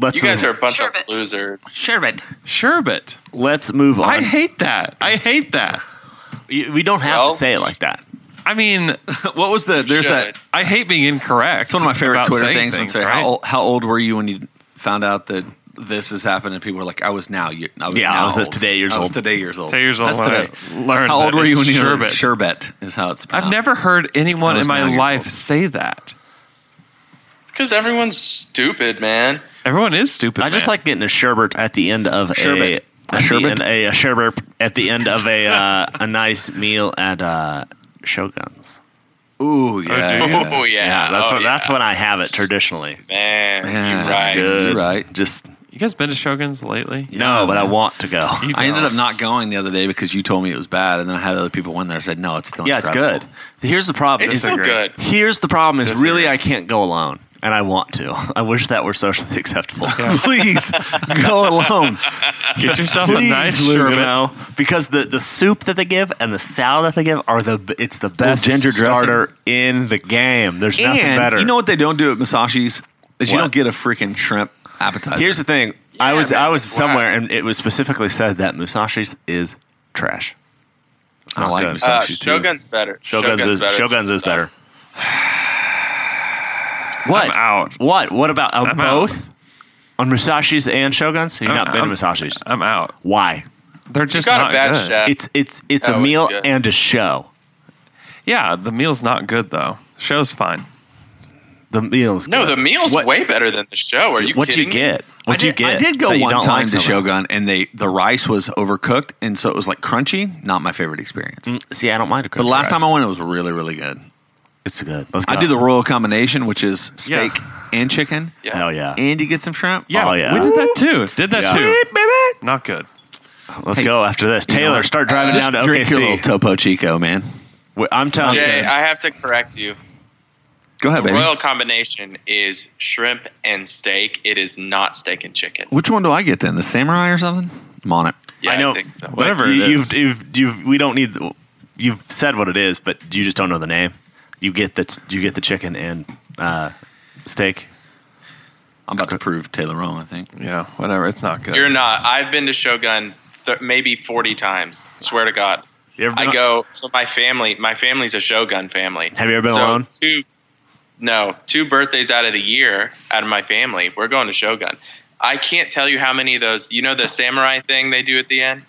[SPEAKER 8] let's
[SPEAKER 6] you guys are a
[SPEAKER 8] move,
[SPEAKER 6] bunch
[SPEAKER 9] Sherbet.
[SPEAKER 6] of losers.
[SPEAKER 5] sherbet.
[SPEAKER 8] let's move on.
[SPEAKER 5] I hate that. I hate that.
[SPEAKER 8] You- we don't have
[SPEAKER 6] Well-
[SPEAKER 8] to say it like that.
[SPEAKER 5] I mean,
[SPEAKER 7] what was the? There's that.
[SPEAKER 6] Sherbet.
[SPEAKER 5] I hate being incorrect.
[SPEAKER 7] It's one of my favorite
[SPEAKER 5] about
[SPEAKER 7] Twitter
[SPEAKER 5] saying
[SPEAKER 7] things. when
[SPEAKER 5] things,
[SPEAKER 7] say,
[SPEAKER 5] right?
[SPEAKER 7] how, old, how old were you when you found out that this has happened? And people were like, "I was now. you- I was
[SPEAKER 8] Yeah, I
[SPEAKER 7] now
[SPEAKER 8] was just
[SPEAKER 7] old.
[SPEAKER 8] today years
[SPEAKER 7] I was
[SPEAKER 8] old.
[SPEAKER 7] today years old.
[SPEAKER 5] Today years old
[SPEAKER 7] That's
[SPEAKER 5] when I
[SPEAKER 7] today.
[SPEAKER 5] learned
[SPEAKER 7] how
[SPEAKER 5] that
[SPEAKER 7] old were you
[SPEAKER 5] it's
[SPEAKER 7] when you learned
[SPEAKER 5] sherbet.
[SPEAKER 7] sherbet? Is how it's.
[SPEAKER 5] I've
[SPEAKER 7] pronounced.
[SPEAKER 5] never heard anyone
[SPEAKER 7] I
[SPEAKER 5] in
[SPEAKER 7] was nine
[SPEAKER 5] my
[SPEAKER 7] years
[SPEAKER 5] life
[SPEAKER 7] old.
[SPEAKER 5] say that.
[SPEAKER 6] Because everyone's stupid, man.
[SPEAKER 5] Everyone is stupid.
[SPEAKER 8] I just
[SPEAKER 5] man.
[SPEAKER 8] like getting a sherbet at the end of
[SPEAKER 7] Sherbet.
[SPEAKER 8] a
[SPEAKER 7] A
[SPEAKER 8] at the
[SPEAKER 7] sherbet?
[SPEAKER 8] end- a, a sherbet at the end of a uh, a nice meal at uh, Shoguns.
[SPEAKER 7] Ooh, yeah.
[SPEAKER 5] do you?
[SPEAKER 7] yeah.
[SPEAKER 6] Oh yeah,
[SPEAKER 8] that's
[SPEAKER 6] oh,
[SPEAKER 8] what
[SPEAKER 6] yeah.
[SPEAKER 8] that's when I have it traditionally.
[SPEAKER 6] Man,
[SPEAKER 7] Yeah,
[SPEAKER 6] you're
[SPEAKER 7] that's
[SPEAKER 6] right.
[SPEAKER 7] good.
[SPEAKER 8] Good,
[SPEAKER 7] You're right.
[SPEAKER 8] Just
[SPEAKER 5] you guys been to Shogun's lately?
[SPEAKER 8] no, but I want to go.
[SPEAKER 5] You
[SPEAKER 7] I ended
[SPEAKER 5] don't.
[SPEAKER 7] up not going the other day because you told me it was bad, and then I had other people in there. and said, "No, it's still
[SPEAKER 8] Yeah, it's
[SPEAKER 7] incredible."
[SPEAKER 8] good. Here's the problem.
[SPEAKER 6] It's
[SPEAKER 8] is-
[SPEAKER 6] still good.
[SPEAKER 8] Here's the problem is really I can't go alone. And I want to. I wish that were socially acceptable.
[SPEAKER 7] Please go alone.
[SPEAKER 5] Get yourself a
[SPEAKER 8] Please,
[SPEAKER 5] nice
[SPEAKER 8] Lou,
[SPEAKER 5] sherbet.
[SPEAKER 8] you know, because the, the soup that they give and the salad that they give are the it's the best
[SPEAKER 7] ginger dressing.
[SPEAKER 8] starter in the game. There's nothing
[SPEAKER 7] And
[SPEAKER 8] better.
[SPEAKER 7] you know what they don't do at Masashi's is you
[SPEAKER 8] What?
[SPEAKER 7] don't get a freaking shrimp appetizer.
[SPEAKER 8] Here's the thing. I was
[SPEAKER 6] man.
[SPEAKER 8] I was
[SPEAKER 6] Wow.
[SPEAKER 8] somewhere and it was specifically said that Musashi's is trash.
[SPEAKER 7] I don't like
[SPEAKER 8] good.
[SPEAKER 6] Uh,
[SPEAKER 7] Masashi's too.
[SPEAKER 6] Shogun's better.
[SPEAKER 8] Shoguns, is
[SPEAKER 6] better.
[SPEAKER 8] Shoguns is better.
[SPEAKER 5] I'm out.
[SPEAKER 8] What? What about uh,
[SPEAKER 5] I'm
[SPEAKER 8] both? On Musashi's and Shoguns? You've
[SPEAKER 5] I'm-
[SPEAKER 8] not been
[SPEAKER 5] I'm-
[SPEAKER 8] to Musashi's.
[SPEAKER 6] Uh,
[SPEAKER 5] I'm out.
[SPEAKER 8] Why?
[SPEAKER 5] They're just
[SPEAKER 6] Got
[SPEAKER 5] not
[SPEAKER 6] a bad
[SPEAKER 5] good.
[SPEAKER 6] chef.
[SPEAKER 8] It's it's it's
[SPEAKER 6] Oh,
[SPEAKER 8] a
[SPEAKER 6] it's
[SPEAKER 8] meal
[SPEAKER 6] good.
[SPEAKER 8] and a show.
[SPEAKER 5] Yeah, the meal's not good though. Show's fine.
[SPEAKER 8] The meal's
[SPEAKER 6] no, the
[SPEAKER 8] good.
[SPEAKER 6] meal's
[SPEAKER 8] What-
[SPEAKER 6] way better than the show. Are you
[SPEAKER 8] What you
[SPEAKER 6] kidding me?
[SPEAKER 8] get? What
[SPEAKER 7] I
[SPEAKER 8] you
[SPEAKER 7] did,
[SPEAKER 8] get?
[SPEAKER 7] I did
[SPEAKER 8] that
[SPEAKER 7] go
[SPEAKER 8] you
[SPEAKER 7] one
[SPEAKER 8] don't
[SPEAKER 7] time
[SPEAKER 8] like
[SPEAKER 7] to
[SPEAKER 8] something?
[SPEAKER 7] Shogun, and they the rice was overcooked, and so it was like crunchy. Not my favorite experience.
[SPEAKER 8] Mm, See, I don't mind a
[SPEAKER 7] But last time I went, it was really really good.
[SPEAKER 8] it's good. Let's go.
[SPEAKER 7] I do the royal combination, which is
[SPEAKER 5] Yeah.
[SPEAKER 7] steak and chicken,
[SPEAKER 6] Yeah.
[SPEAKER 8] Hell yeah!
[SPEAKER 7] and you get some shrimp.
[SPEAKER 5] Yeah,
[SPEAKER 8] Oh, yeah.
[SPEAKER 5] we did that too. Did that
[SPEAKER 8] Yeah.
[SPEAKER 5] too.
[SPEAKER 7] baby.
[SPEAKER 5] Not good.
[SPEAKER 8] Let's
[SPEAKER 7] Hey,
[SPEAKER 8] go after this.
[SPEAKER 7] you know
[SPEAKER 8] Taylor,
[SPEAKER 7] what?
[SPEAKER 8] start driving
[SPEAKER 7] Just
[SPEAKER 8] down to
[SPEAKER 7] drink your
[SPEAKER 8] OKC.
[SPEAKER 7] little Topo Chico, man.
[SPEAKER 8] Wait, I'm telling
[SPEAKER 6] Jay,
[SPEAKER 8] you,
[SPEAKER 6] I have to correct you.
[SPEAKER 7] Go ahead,
[SPEAKER 6] The
[SPEAKER 7] baby.
[SPEAKER 6] royal combination is shrimp and steak. It is not steak and chicken.
[SPEAKER 7] Which one do I get then? The samurai or something? I'm on it.
[SPEAKER 6] Yeah,
[SPEAKER 8] I know.
[SPEAKER 6] think so.
[SPEAKER 8] but
[SPEAKER 5] Whatever
[SPEAKER 8] you,
[SPEAKER 5] it
[SPEAKER 8] you've,
[SPEAKER 5] is.
[SPEAKER 8] you've you've we don't need. You've said what it is, but you just don't know the name. You get the you get the chicken and uh, steak.
[SPEAKER 7] I'm about to prove Taylor wrong. I think.
[SPEAKER 5] Yeah, whatever. It's not good.
[SPEAKER 6] You're not. I've been to Shogun th- maybe 40 times. Swear to God.
[SPEAKER 8] You ever been
[SPEAKER 6] I go. So my family, my family's a Shogun family.
[SPEAKER 8] Have you ever been
[SPEAKER 6] So
[SPEAKER 8] alone?
[SPEAKER 6] Two, no, two birthdays out of the year, out of my family, we're going to Shogun. I can't tell you how many of those. You know the samurai thing they do at the end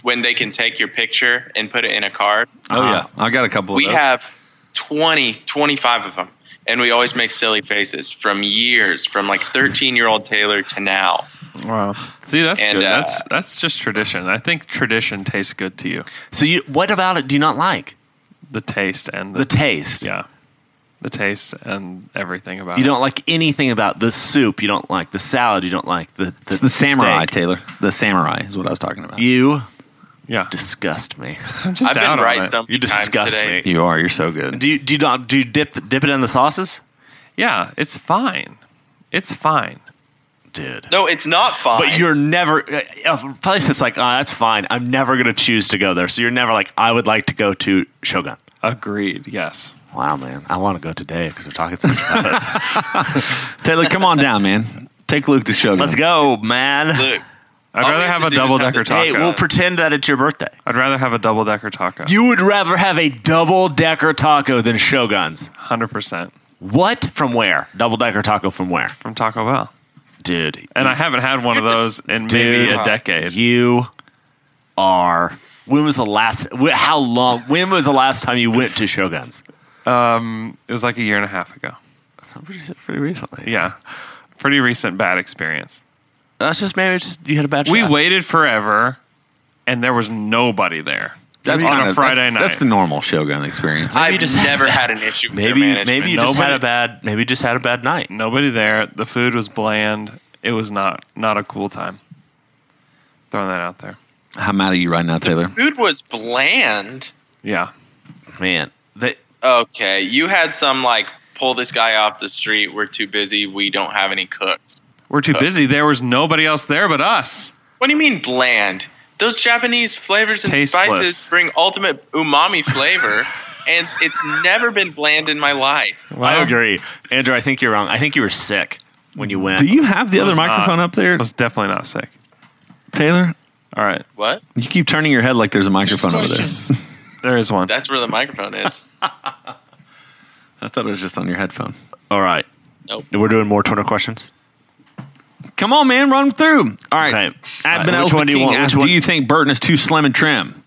[SPEAKER 6] when they can take your picture and put it in a card.
[SPEAKER 7] Oh yeah,
[SPEAKER 8] Ah.
[SPEAKER 7] I got a couple.
[SPEAKER 6] we
[SPEAKER 7] of those.
[SPEAKER 6] have 20, 25 of them, and we always make silly faces from years, from like 13 year old Taylor to now.
[SPEAKER 5] Wow. See, that's
[SPEAKER 6] And,
[SPEAKER 5] good.
[SPEAKER 6] uh,
[SPEAKER 5] that's that's just tradition. I think tradition tastes good to you.
[SPEAKER 8] So you what about it? Do you not like
[SPEAKER 5] The taste and
[SPEAKER 8] the taste?
[SPEAKER 5] yeah, the taste and everything about
[SPEAKER 8] You
[SPEAKER 5] it.
[SPEAKER 8] don't like anything about the soup. You don't like the salad. You don't like the the,
[SPEAKER 7] It's the samurai,
[SPEAKER 8] steak.
[SPEAKER 7] Taylor. The samurai is what I was talking about.
[SPEAKER 8] You
[SPEAKER 5] Yeah,
[SPEAKER 8] disgust me.
[SPEAKER 5] I'm just
[SPEAKER 6] I've been
[SPEAKER 5] out on
[SPEAKER 6] right
[SPEAKER 5] it.
[SPEAKER 6] some
[SPEAKER 8] You
[SPEAKER 6] times
[SPEAKER 8] disgust
[SPEAKER 6] today.
[SPEAKER 8] me.
[SPEAKER 7] You are. You're so good.
[SPEAKER 8] Do you do you not do you dip dip it in the sauces,
[SPEAKER 5] Yeah, it's fine. It's fine.
[SPEAKER 8] dude?
[SPEAKER 6] No, it's not fine.
[SPEAKER 8] But you're never uh, a place that's like, oh, that's fine. I'm never gonna choose to go there. So you're never like, I would like to go to Shogun.
[SPEAKER 5] Agreed. Yes.
[SPEAKER 8] Wow, man. I want to go today because we're talking so much about it.
[SPEAKER 7] Taylor, come on down, man. Take Luke to Shogun.
[SPEAKER 8] Let's go, man.
[SPEAKER 6] Look,
[SPEAKER 5] I'd
[SPEAKER 6] All we
[SPEAKER 5] rather
[SPEAKER 6] have
[SPEAKER 5] have,
[SPEAKER 6] to
[SPEAKER 5] a
[SPEAKER 6] do is
[SPEAKER 5] double
[SPEAKER 6] have
[SPEAKER 5] decker
[SPEAKER 6] the-
[SPEAKER 5] taco.
[SPEAKER 8] Hey, we'll pretend that it's your birthday.
[SPEAKER 5] I'd rather have a double decker taco.
[SPEAKER 8] You would rather have a double decker taco than Shogun's.
[SPEAKER 5] Hundred percent
[SPEAKER 8] What? From where? Double decker taco from where?
[SPEAKER 5] from Taco Bell,
[SPEAKER 8] Dude.
[SPEAKER 5] and I haven't had one of those in maybe a decade.
[SPEAKER 8] You are. When was the last? wh- How long? When was the last time you went to Shogun's?
[SPEAKER 5] It was like a year and a half ago.
[SPEAKER 8] Pretty, pretty recently.
[SPEAKER 5] Yeah, pretty recent bad experience.
[SPEAKER 8] That's just maybe it's just you had a bad.
[SPEAKER 5] We
[SPEAKER 8] shot.
[SPEAKER 5] waited forever, and there was nobody there. That's on
[SPEAKER 7] kind
[SPEAKER 5] a
[SPEAKER 7] of-
[SPEAKER 5] Friday
[SPEAKER 7] that's-
[SPEAKER 5] night.
[SPEAKER 7] That's the normal Shogun experience.
[SPEAKER 6] I've never had an issue. With their
[SPEAKER 8] Maybe you,
[SPEAKER 6] management.
[SPEAKER 8] maybe you just had
[SPEAKER 5] Nobody-
[SPEAKER 8] a bad. Maybe you just had a bad night.
[SPEAKER 5] nobody there. The food was bland. It was not not a cool time. Throwing that out there.
[SPEAKER 7] How mad are you right now, Taylor?
[SPEAKER 6] food was bland.
[SPEAKER 5] Yeah.
[SPEAKER 8] Man, they,
[SPEAKER 6] Okay, you had some like pull this guy off the street. We're too busy. We don't have any cooks.
[SPEAKER 5] We're
[SPEAKER 7] Uh,
[SPEAKER 5] too busy. There was nobody else there but us.
[SPEAKER 6] What do you mean bland? Those Japanese flavors and
[SPEAKER 5] Tasteless.
[SPEAKER 6] spices bring ultimate umami flavor, and it's never been bland in my life.
[SPEAKER 8] I agree, Andrew. I think you're wrong. I think you were sick when you went.
[SPEAKER 7] Do you have the other
[SPEAKER 5] was uh, not.
[SPEAKER 7] microphone up there,
[SPEAKER 5] I was definitely not sick.
[SPEAKER 7] Taylor?
[SPEAKER 5] All right.
[SPEAKER 6] What?
[SPEAKER 7] You keep turning your head like there's a microphone over there.
[SPEAKER 5] There is one.
[SPEAKER 6] That's where the microphone is.
[SPEAKER 7] I thought it was just on your headphone.
[SPEAKER 8] All right.
[SPEAKER 6] Nope.
[SPEAKER 8] We're doing more Twitter questions.
[SPEAKER 7] Come on, man, run through. All right.
[SPEAKER 8] Okay.
[SPEAKER 7] I've
[SPEAKER 8] All
[SPEAKER 7] been
[SPEAKER 8] right, which one do you want? Which
[SPEAKER 7] Do
[SPEAKER 8] one-
[SPEAKER 7] you think Burton is too slim and trim?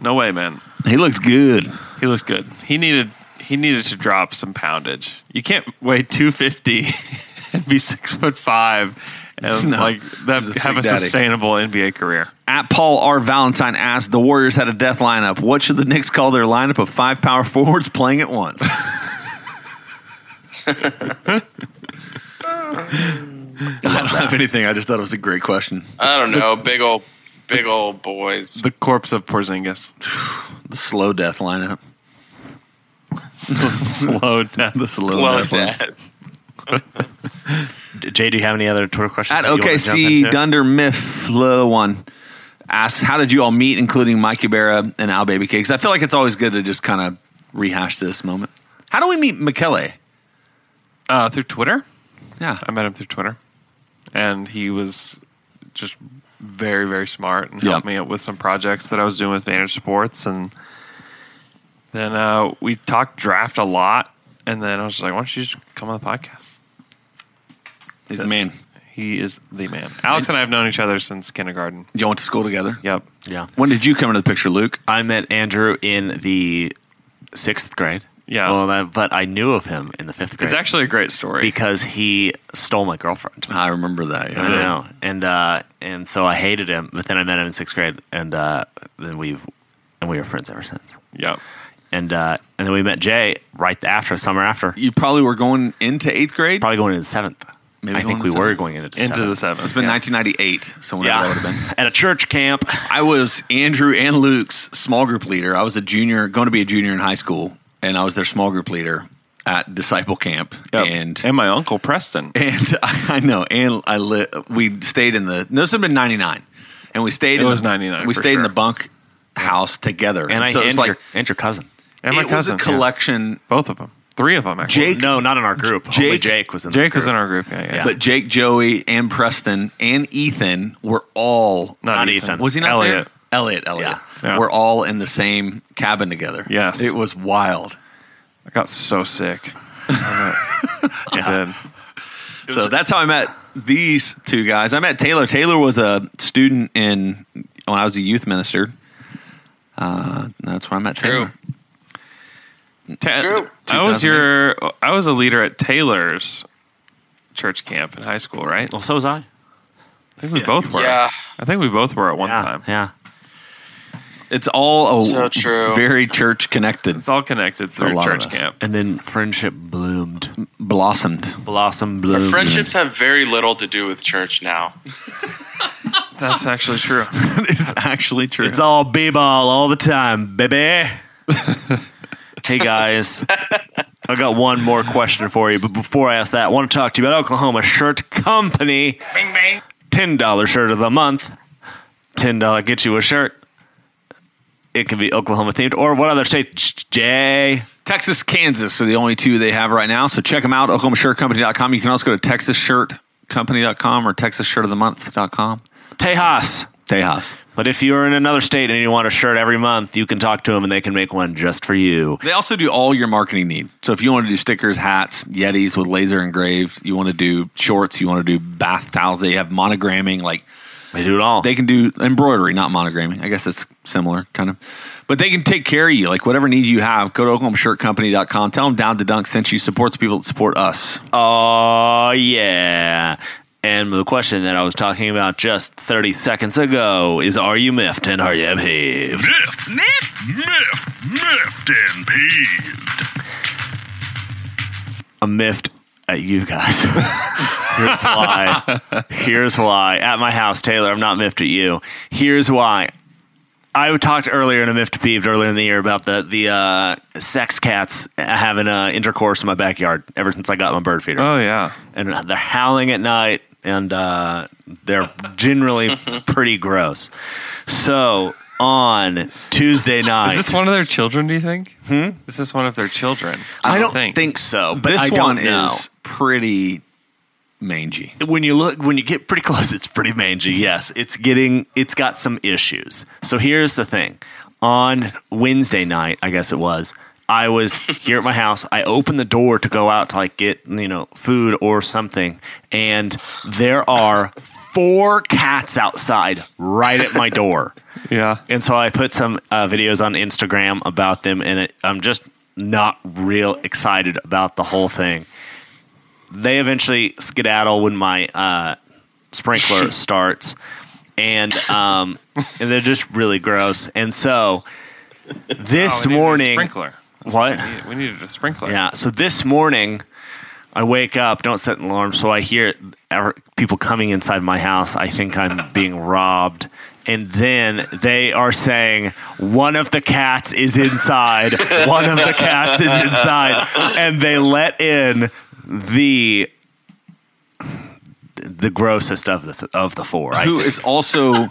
[SPEAKER 5] No way, man.
[SPEAKER 7] He looks good.
[SPEAKER 5] He looks good. He needed he needed to drop some poundage. You can't weigh two fifty and be six foot five and
[SPEAKER 7] No.
[SPEAKER 5] like that,
[SPEAKER 7] He's a
[SPEAKER 5] have a
[SPEAKER 7] big daddy.
[SPEAKER 5] sustainable NBA career.
[SPEAKER 7] At Paul R. Valentine asked, the Warriors had a death lineup. What should the Knicks call their lineup of five power forwards playing at once? I don't have anything. I just thought it was a great question.
[SPEAKER 6] I don't know. Big old, big old boys.
[SPEAKER 5] The corpse of Porzingis.
[SPEAKER 7] The slow death lineup.
[SPEAKER 5] Slow death.
[SPEAKER 7] The slow,
[SPEAKER 6] Slow
[SPEAKER 7] death. lineup.
[SPEAKER 6] death.
[SPEAKER 8] Jay, do you have any other Twitter questions?
[SPEAKER 7] At
[SPEAKER 8] that you wanna jump
[SPEAKER 7] OKC,
[SPEAKER 8] into?
[SPEAKER 7] Dunder Miff Little One asks, "How did you all meet, including Mike Ibera and Al Baby Cakes?" I feel like it's always good to just kind of rehash this moment. How do we meet Michele?
[SPEAKER 5] Uh, through Twitter.
[SPEAKER 7] Yeah,
[SPEAKER 5] I met him through Twitter, and he was just very, very smart and
[SPEAKER 7] Yeah.
[SPEAKER 5] helped me out with some projects that I was doing with Vantage Sports. And then uh, we talked draft a lot, and then I was like, "Why don't you just come on the podcast?"
[SPEAKER 7] he's the man.
[SPEAKER 5] He is the man. Alex and I have known each other since kindergarten.
[SPEAKER 7] You all went to school together.
[SPEAKER 5] Yep.
[SPEAKER 8] Yeah.
[SPEAKER 7] When did you come into the picture, Luke?
[SPEAKER 8] I met Andrew in the sixth grade.
[SPEAKER 5] Yeah.
[SPEAKER 8] Well, that, but I knew of him in the fifth grade.
[SPEAKER 5] It's actually a great story.
[SPEAKER 8] because he stole my girlfriend.
[SPEAKER 7] I remember that.
[SPEAKER 8] I know, and uh, and so I hated him. But then I met him in sixth grade, and uh, then we've and we were friends ever since.
[SPEAKER 5] yep.
[SPEAKER 8] And uh, and then we met Jay right after summer after,
[SPEAKER 7] You probably were going into eighth grade.
[SPEAKER 8] probably going into seventh.
[SPEAKER 7] Maybe
[SPEAKER 8] I
[SPEAKER 7] going
[SPEAKER 8] think
[SPEAKER 7] to
[SPEAKER 8] we were
[SPEAKER 7] seventh.
[SPEAKER 8] going into
[SPEAKER 5] Into the
[SPEAKER 8] seventh.
[SPEAKER 5] seventh.
[SPEAKER 7] It's been
[SPEAKER 5] Yeah.
[SPEAKER 7] 1998, so whenever
[SPEAKER 8] yeah,
[SPEAKER 7] that would have been.
[SPEAKER 8] at a church camp.
[SPEAKER 7] I was Andrew and Luke's small group leader. I was a junior, going to be a junior in high school, and I was their small group leader at Disciple Camp.
[SPEAKER 5] Yep.
[SPEAKER 7] And
[SPEAKER 5] and my uncle Preston.
[SPEAKER 7] and I, I know, and I li- we stayed in the. This had been '99, and we stayed.
[SPEAKER 5] It
[SPEAKER 7] in
[SPEAKER 5] was
[SPEAKER 7] the-
[SPEAKER 5] 99
[SPEAKER 7] We
[SPEAKER 5] for
[SPEAKER 7] stayed in
[SPEAKER 5] sure.
[SPEAKER 7] the bunk house together,
[SPEAKER 8] And I
[SPEAKER 7] so it's
[SPEAKER 8] and,
[SPEAKER 7] like
[SPEAKER 8] your, and your cousin.
[SPEAKER 5] And my
[SPEAKER 7] it
[SPEAKER 5] cousin.
[SPEAKER 7] was a collection.
[SPEAKER 5] Both of them. Three of them actually.
[SPEAKER 7] Jake,
[SPEAKER 8] No, not in our group. Jake, Only
[SPEAKER 7] Jake-
[SPEAKER 8] Jake was in.
[SPEAKER 5] Jake
[SPEAKER 8] the
[SPEAKER 5] was
[SPEAKER 8] group.
[SPEAKER 5] in our group. Yeah. Yeah.
[SPEAKER 7] but Jake, Joey, and Preston, and Ethan were all
[SPEAKER 8] Not Ethan.
[SPEAKER 7] Was he not
[SPEAKER 5] Elliot.
[SPEAKER 7] there? Elliot, Elliot.
[SPEAKER 5] Yeah. Yeah.
[SPEAKER 7] We're all in the same cabin together.
[SPEAKER 5] Yes.
[SPEAKER 7] it was wild.
[SPEAKER 5] I got so sick. I did.
[SPEAKER 7] So that's how I met these two guys. I met Taylor. Taylor was a student in when I was a youth minister. Uh, that's where I met Taylor.
[SPEAKER 5] Ta-
[SPEAKER 6] True.
[SPEAKER 5] I was your I was a leader at Taylor's church camp in high school, right?
[SPEAKER 8] Well, so was I.
[SPEAKER 5] I think we both were.
[SPEAKER 6] Yeah.
[SPEAKER 5] I think we both were at one
[SPEAKER 8] yeah,
[SPEAKER 5] time.
[SPEAKER 8] yeah.
[SPEAKER 7] It's all a
[SPEAKER 6] So true.
[SPEAKER 7] very church connected,
[SPEAKER 5] It's all connected
[SPEAKER 7] a
[SPEAKER 5] through
[SPEAKER 7] lot of
[SPEAKER 5] church
[SPEAKER 7] us.
[SPEAKER 5] camp.
[SPEAKER 8] And then friendship bloomed,
[SPEAKER 7] blossomed.
[SPEAKER 8] blossom bloomed.
[SPEAKER 6] Friendships have very little to do with church now.
[SPEAKER 5] That's actually true.
[SPEAKER 7] it's actually true.
[SPEAKER 8] It's all b-ball all the time, baby. hey guys, I got one more question for you, but before I ask that, I want to talk to you about Oklahoma Shirt Company. Bing bing. Ten dollar shirt of the month. Ten dollar get you a shirt. it can be Oklahoma themed or what other state? Jay.
[SPEAKER 7] Texas, Kansas are the only two they have right now. So check them out, oklahomashirtcompany.com. You can also go to texasshirtcompany.com or texasshirtofthemonth.com.
[SPEAKER 8] Tejas.
[SPEAKER 7] Tejas.
[SPEAKER 8] But if you're in another state and you want a shirt every month, you can talk to them and they can make one just for you.
[SPEAKER 7] They also do all your marketing need. So if you want to do stickers, hats, Yetis with laser engraved, you want to do shorts, you want to do bath towels, they have monogramming. Like
[SPEAKER 8] They do it all.
[SPEAKER 7] they can do embroidery, not monogramming. I guess that's similar, kind of. But they can take care of you. Like whatever need you have, go to oklahomashirtcompany.com. Tell them Down to Dunk sent you. Support the people that support us.
[SPEAKER 8] Oh, yeah. And the question that I was talking about just 30 seconds ago is Are you miffed and are you upheaved?
[SPEAKER 1] and peeved.
[SPEAKER 8] I'm miffed at you guys. Here's why. Here's why. At my house, Taylor, I'm not miffed at you. Here's why. I talked earlier and I'm miffed peeved earlier in the year about the the uh, sex cats having uh, intercourse in my backyard ever since I got my bird feeder.
[SPEAKER 5] Oh yeah.
[SPEAKER 8] and they're howling at night and uh, they're generally pretty gross. So on Tuesday night,
[SPEAKER 5] Is this one of their children? Do you think? Hmm. Is this one of their children?
[SPEAKER 8] I don't think. so, but
[SPEAKER 7] this
[SPEAKER 8] I don't
[SPEAKER 7] one
[SPEAKER 8] know.
[SPEAKER 7] is pretty mangy.
[SPEAKER 8] when you look when you get pretty close it's pretty mangy yes it's getting it's got some issues so here's the thing on wednesday night i guess it was i was here at my house i opened the door to go out to like get you know food or something and there are four cats outside right at my door
[SPEAKER 5] Yeah.
[SPEAKER 8] and so I put some uh, videos on Instagram about them, and it, I'm just not real excited about the whole thing. They eventually skedaddle when my uh, sprinkler starts, and um, and they're just really gross. And so
[SPEAKER 5] Oh,
[SPEAKER 8] this
[SPEAKER 5] we needed a
[SPEAKER 8] morning,
[SPEAKER 5] Sprinkler.
[SPEAKER 8] what?
[SPEAKER 5] We needed a sprinkler.
[SPEAKER 8] Yeah. So this morning, I wake up, don't set an alarm, so I hear ever- people coming inside my house. I think I'm being robbed. And then they are saying, one of the cats is inside. One of the cats is inside. And they let in the. The grossest of the of the four. I
[SPEAKER 7] who is also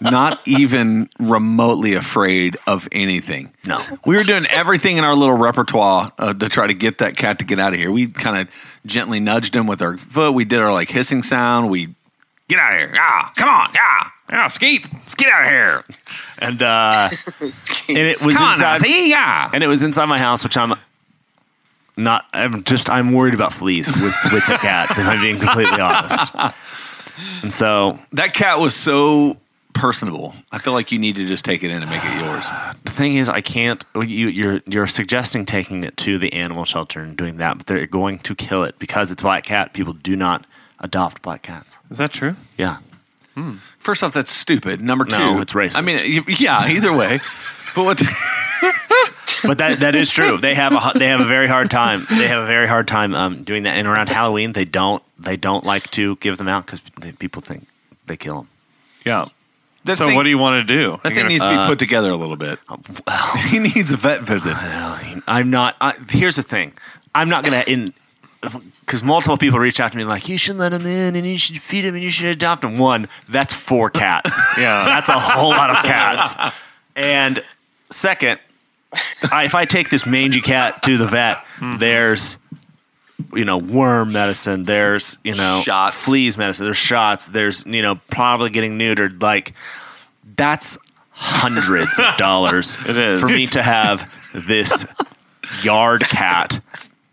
[SPEAKER 7] not even remotely afraid of anything.
[SPEAKER 8] No.
[SPEAKER 7] We were doing everything in our little repertoire uh, to try to get that cat to get out of here. We kind of gently nudged him with our foot. We did our like hissing sound. We get out of here. Ah, come on. Ah,
[SPEAKER 5] Yeah. Skeet.
[SPEAKER 7] get out of here.
[SPEAKER 8] and uh, and it was
[SPEAKER 7] Come on, now,
[SPEAKER 8] inside.
[SPEAKER 7] see? Yeah.
[SPEAKER 8] and it was inside my house, which I'm not. I'm just. I'm worried about fleas with with the cats. if I'm being completely honest. And so,
[SPEAKER 7] That cat was so personable. I feel like you need to just take it in and make it yours.
[SPEAKER 8] the thing is, I can't. well, You, you're you're suggesting taking it to the animal shelter and doing that, but they're going to kill it because it's black cat. People do not adopt black cats.
[SPEAKER 5] Is that true?
[SPEAKER 8] Yeah,
[SPEAKER 7] First off, that's stupid. Number two,
[SPEAKER 8] No, it's racist.
[SPEAKER 7] I mean, y- yeah, either way. But what? The-
[SPEAKER 8] but that that is true. They have a hu- they have a very hard time. They have a very hard time um, doing that. And around Halloween, they don't they don't like to give them out because people think they kill them.
[SPEAKER 5] Yeah.
[SPEAKER 7] That
[SPEAKER 5] so
[SPEAKER 7] thing-
[SPEAKER 5] what do you want to do?
[SPEAKER 7] That thing
[SPEAKER 5] You gonna-
[SPEAKER 7] needs to be put together a little bit. Uh, he needs a vet visit.
[SPEAKER 8] I'm not. I, here's the thing. I'm not gonna in because multiple people reach out to me like you should let him in and you should feed him and you should adopt him. One, that's four cats.
[SPEAKER 5] Yeah.
[SPEAKER 8] that's a whole lot of cats. And second, I, if I take this mangy cat to the vet,
[SPEAKER 7] Mm-hmm.
[SPEAKER 8] there's you know worm medicine. There's you know
[SPEAKER 7] Shots.
[SPEAKER 8] fleas medicine. There's shots. There's you know probably getting neutered. Like that's hundreds of dollars
[SPEAKER 5] It is.
[SPEAKER 8] for me to have this yard cat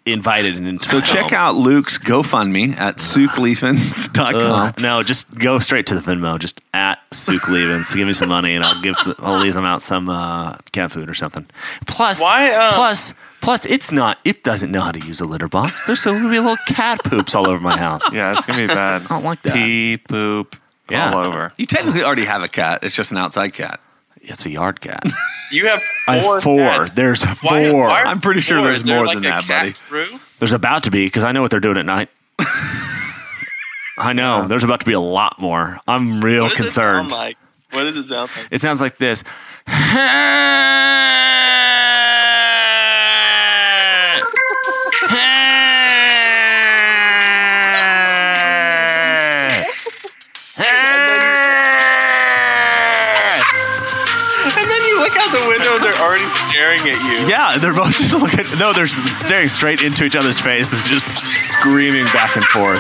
[SPEAKER 8] invited into
[SPEAKER 7] So check out Luke's GoFundMe at
[SPEAKER 8] Uh,
[SPEAKER 7] sukleafins.com.
[SPEAKER 8] no, just go straight to the Venmo. Just at Souk Levens. give me some money, and I'll give I'll leave them out some uh, cat food or something. Plus,
[SPEAKER 6] Why, um,
[SPEAKER 8] plus, plus, it's not. It doesn't know how to use a litter box. There's so gonna be little cat poops all over my house.
[SPEAKER 5] uh, yeah, it's gonna be bad. I
[SPEAKER 8] don't like that.
[SPEAKER 5] Pee, poop,
[SPEAKER 8] Yeah.
[SPEAKER 5] all over.
[SPEAKER 7] You technically already have a cat. It's just an outside cat.
[SPEAKER 8] It's a yard cat.
[SPEAKER 6] You have
[SPEAKER 8] I
[SPEAKER 6] four.
[SPEAKER 8] have four.
[SPEAKER 6] cats.
[SPEAKER 8] There's a four.
[SPEAKER 6] Why- why are
[SPEAKER 7] I'm pretty sure
[SPEAKER 6] four?
[SPEAKER 7] there's
[SPEAKER 6] Is there,
[SPEAKER 7] more
[SPEAKER 6] like,
[SPEAKER 7] than
[SPEAKER 6] a
[SPEAKER 7] that,
[SPEAKER 6] cat
[SPEAKER 7] buddy.
[SPEAKER 6] Crew?
[SPEAKER 8] There's about to be because I know what they're doing at night. I know. There's about to be a lot more. I'm real
[SPEAKER 6] What does it sound
[SPEAKER 8] concerned.
[SPEAKER 6] like? What does it sound like?
[SPEAKER 8] It sounds like this.
[SPEAKER 6] And then you look out the
[SPEAKER 8] Yeah, they're both just looking. No, they're staring straight into each other's face. It's just screaming back and forth.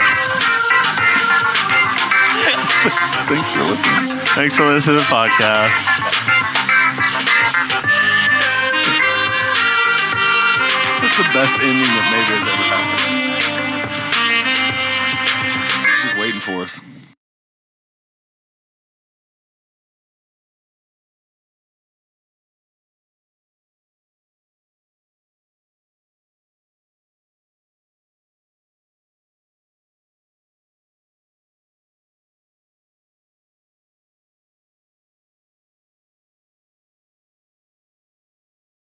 [SPEAKER 7] Thanks for listening.
[SPEAKER 8] Thanks for listening to the podcast.
[SPEAKER 7] That's the best ending that maybe has ever happened. She's waiting for us.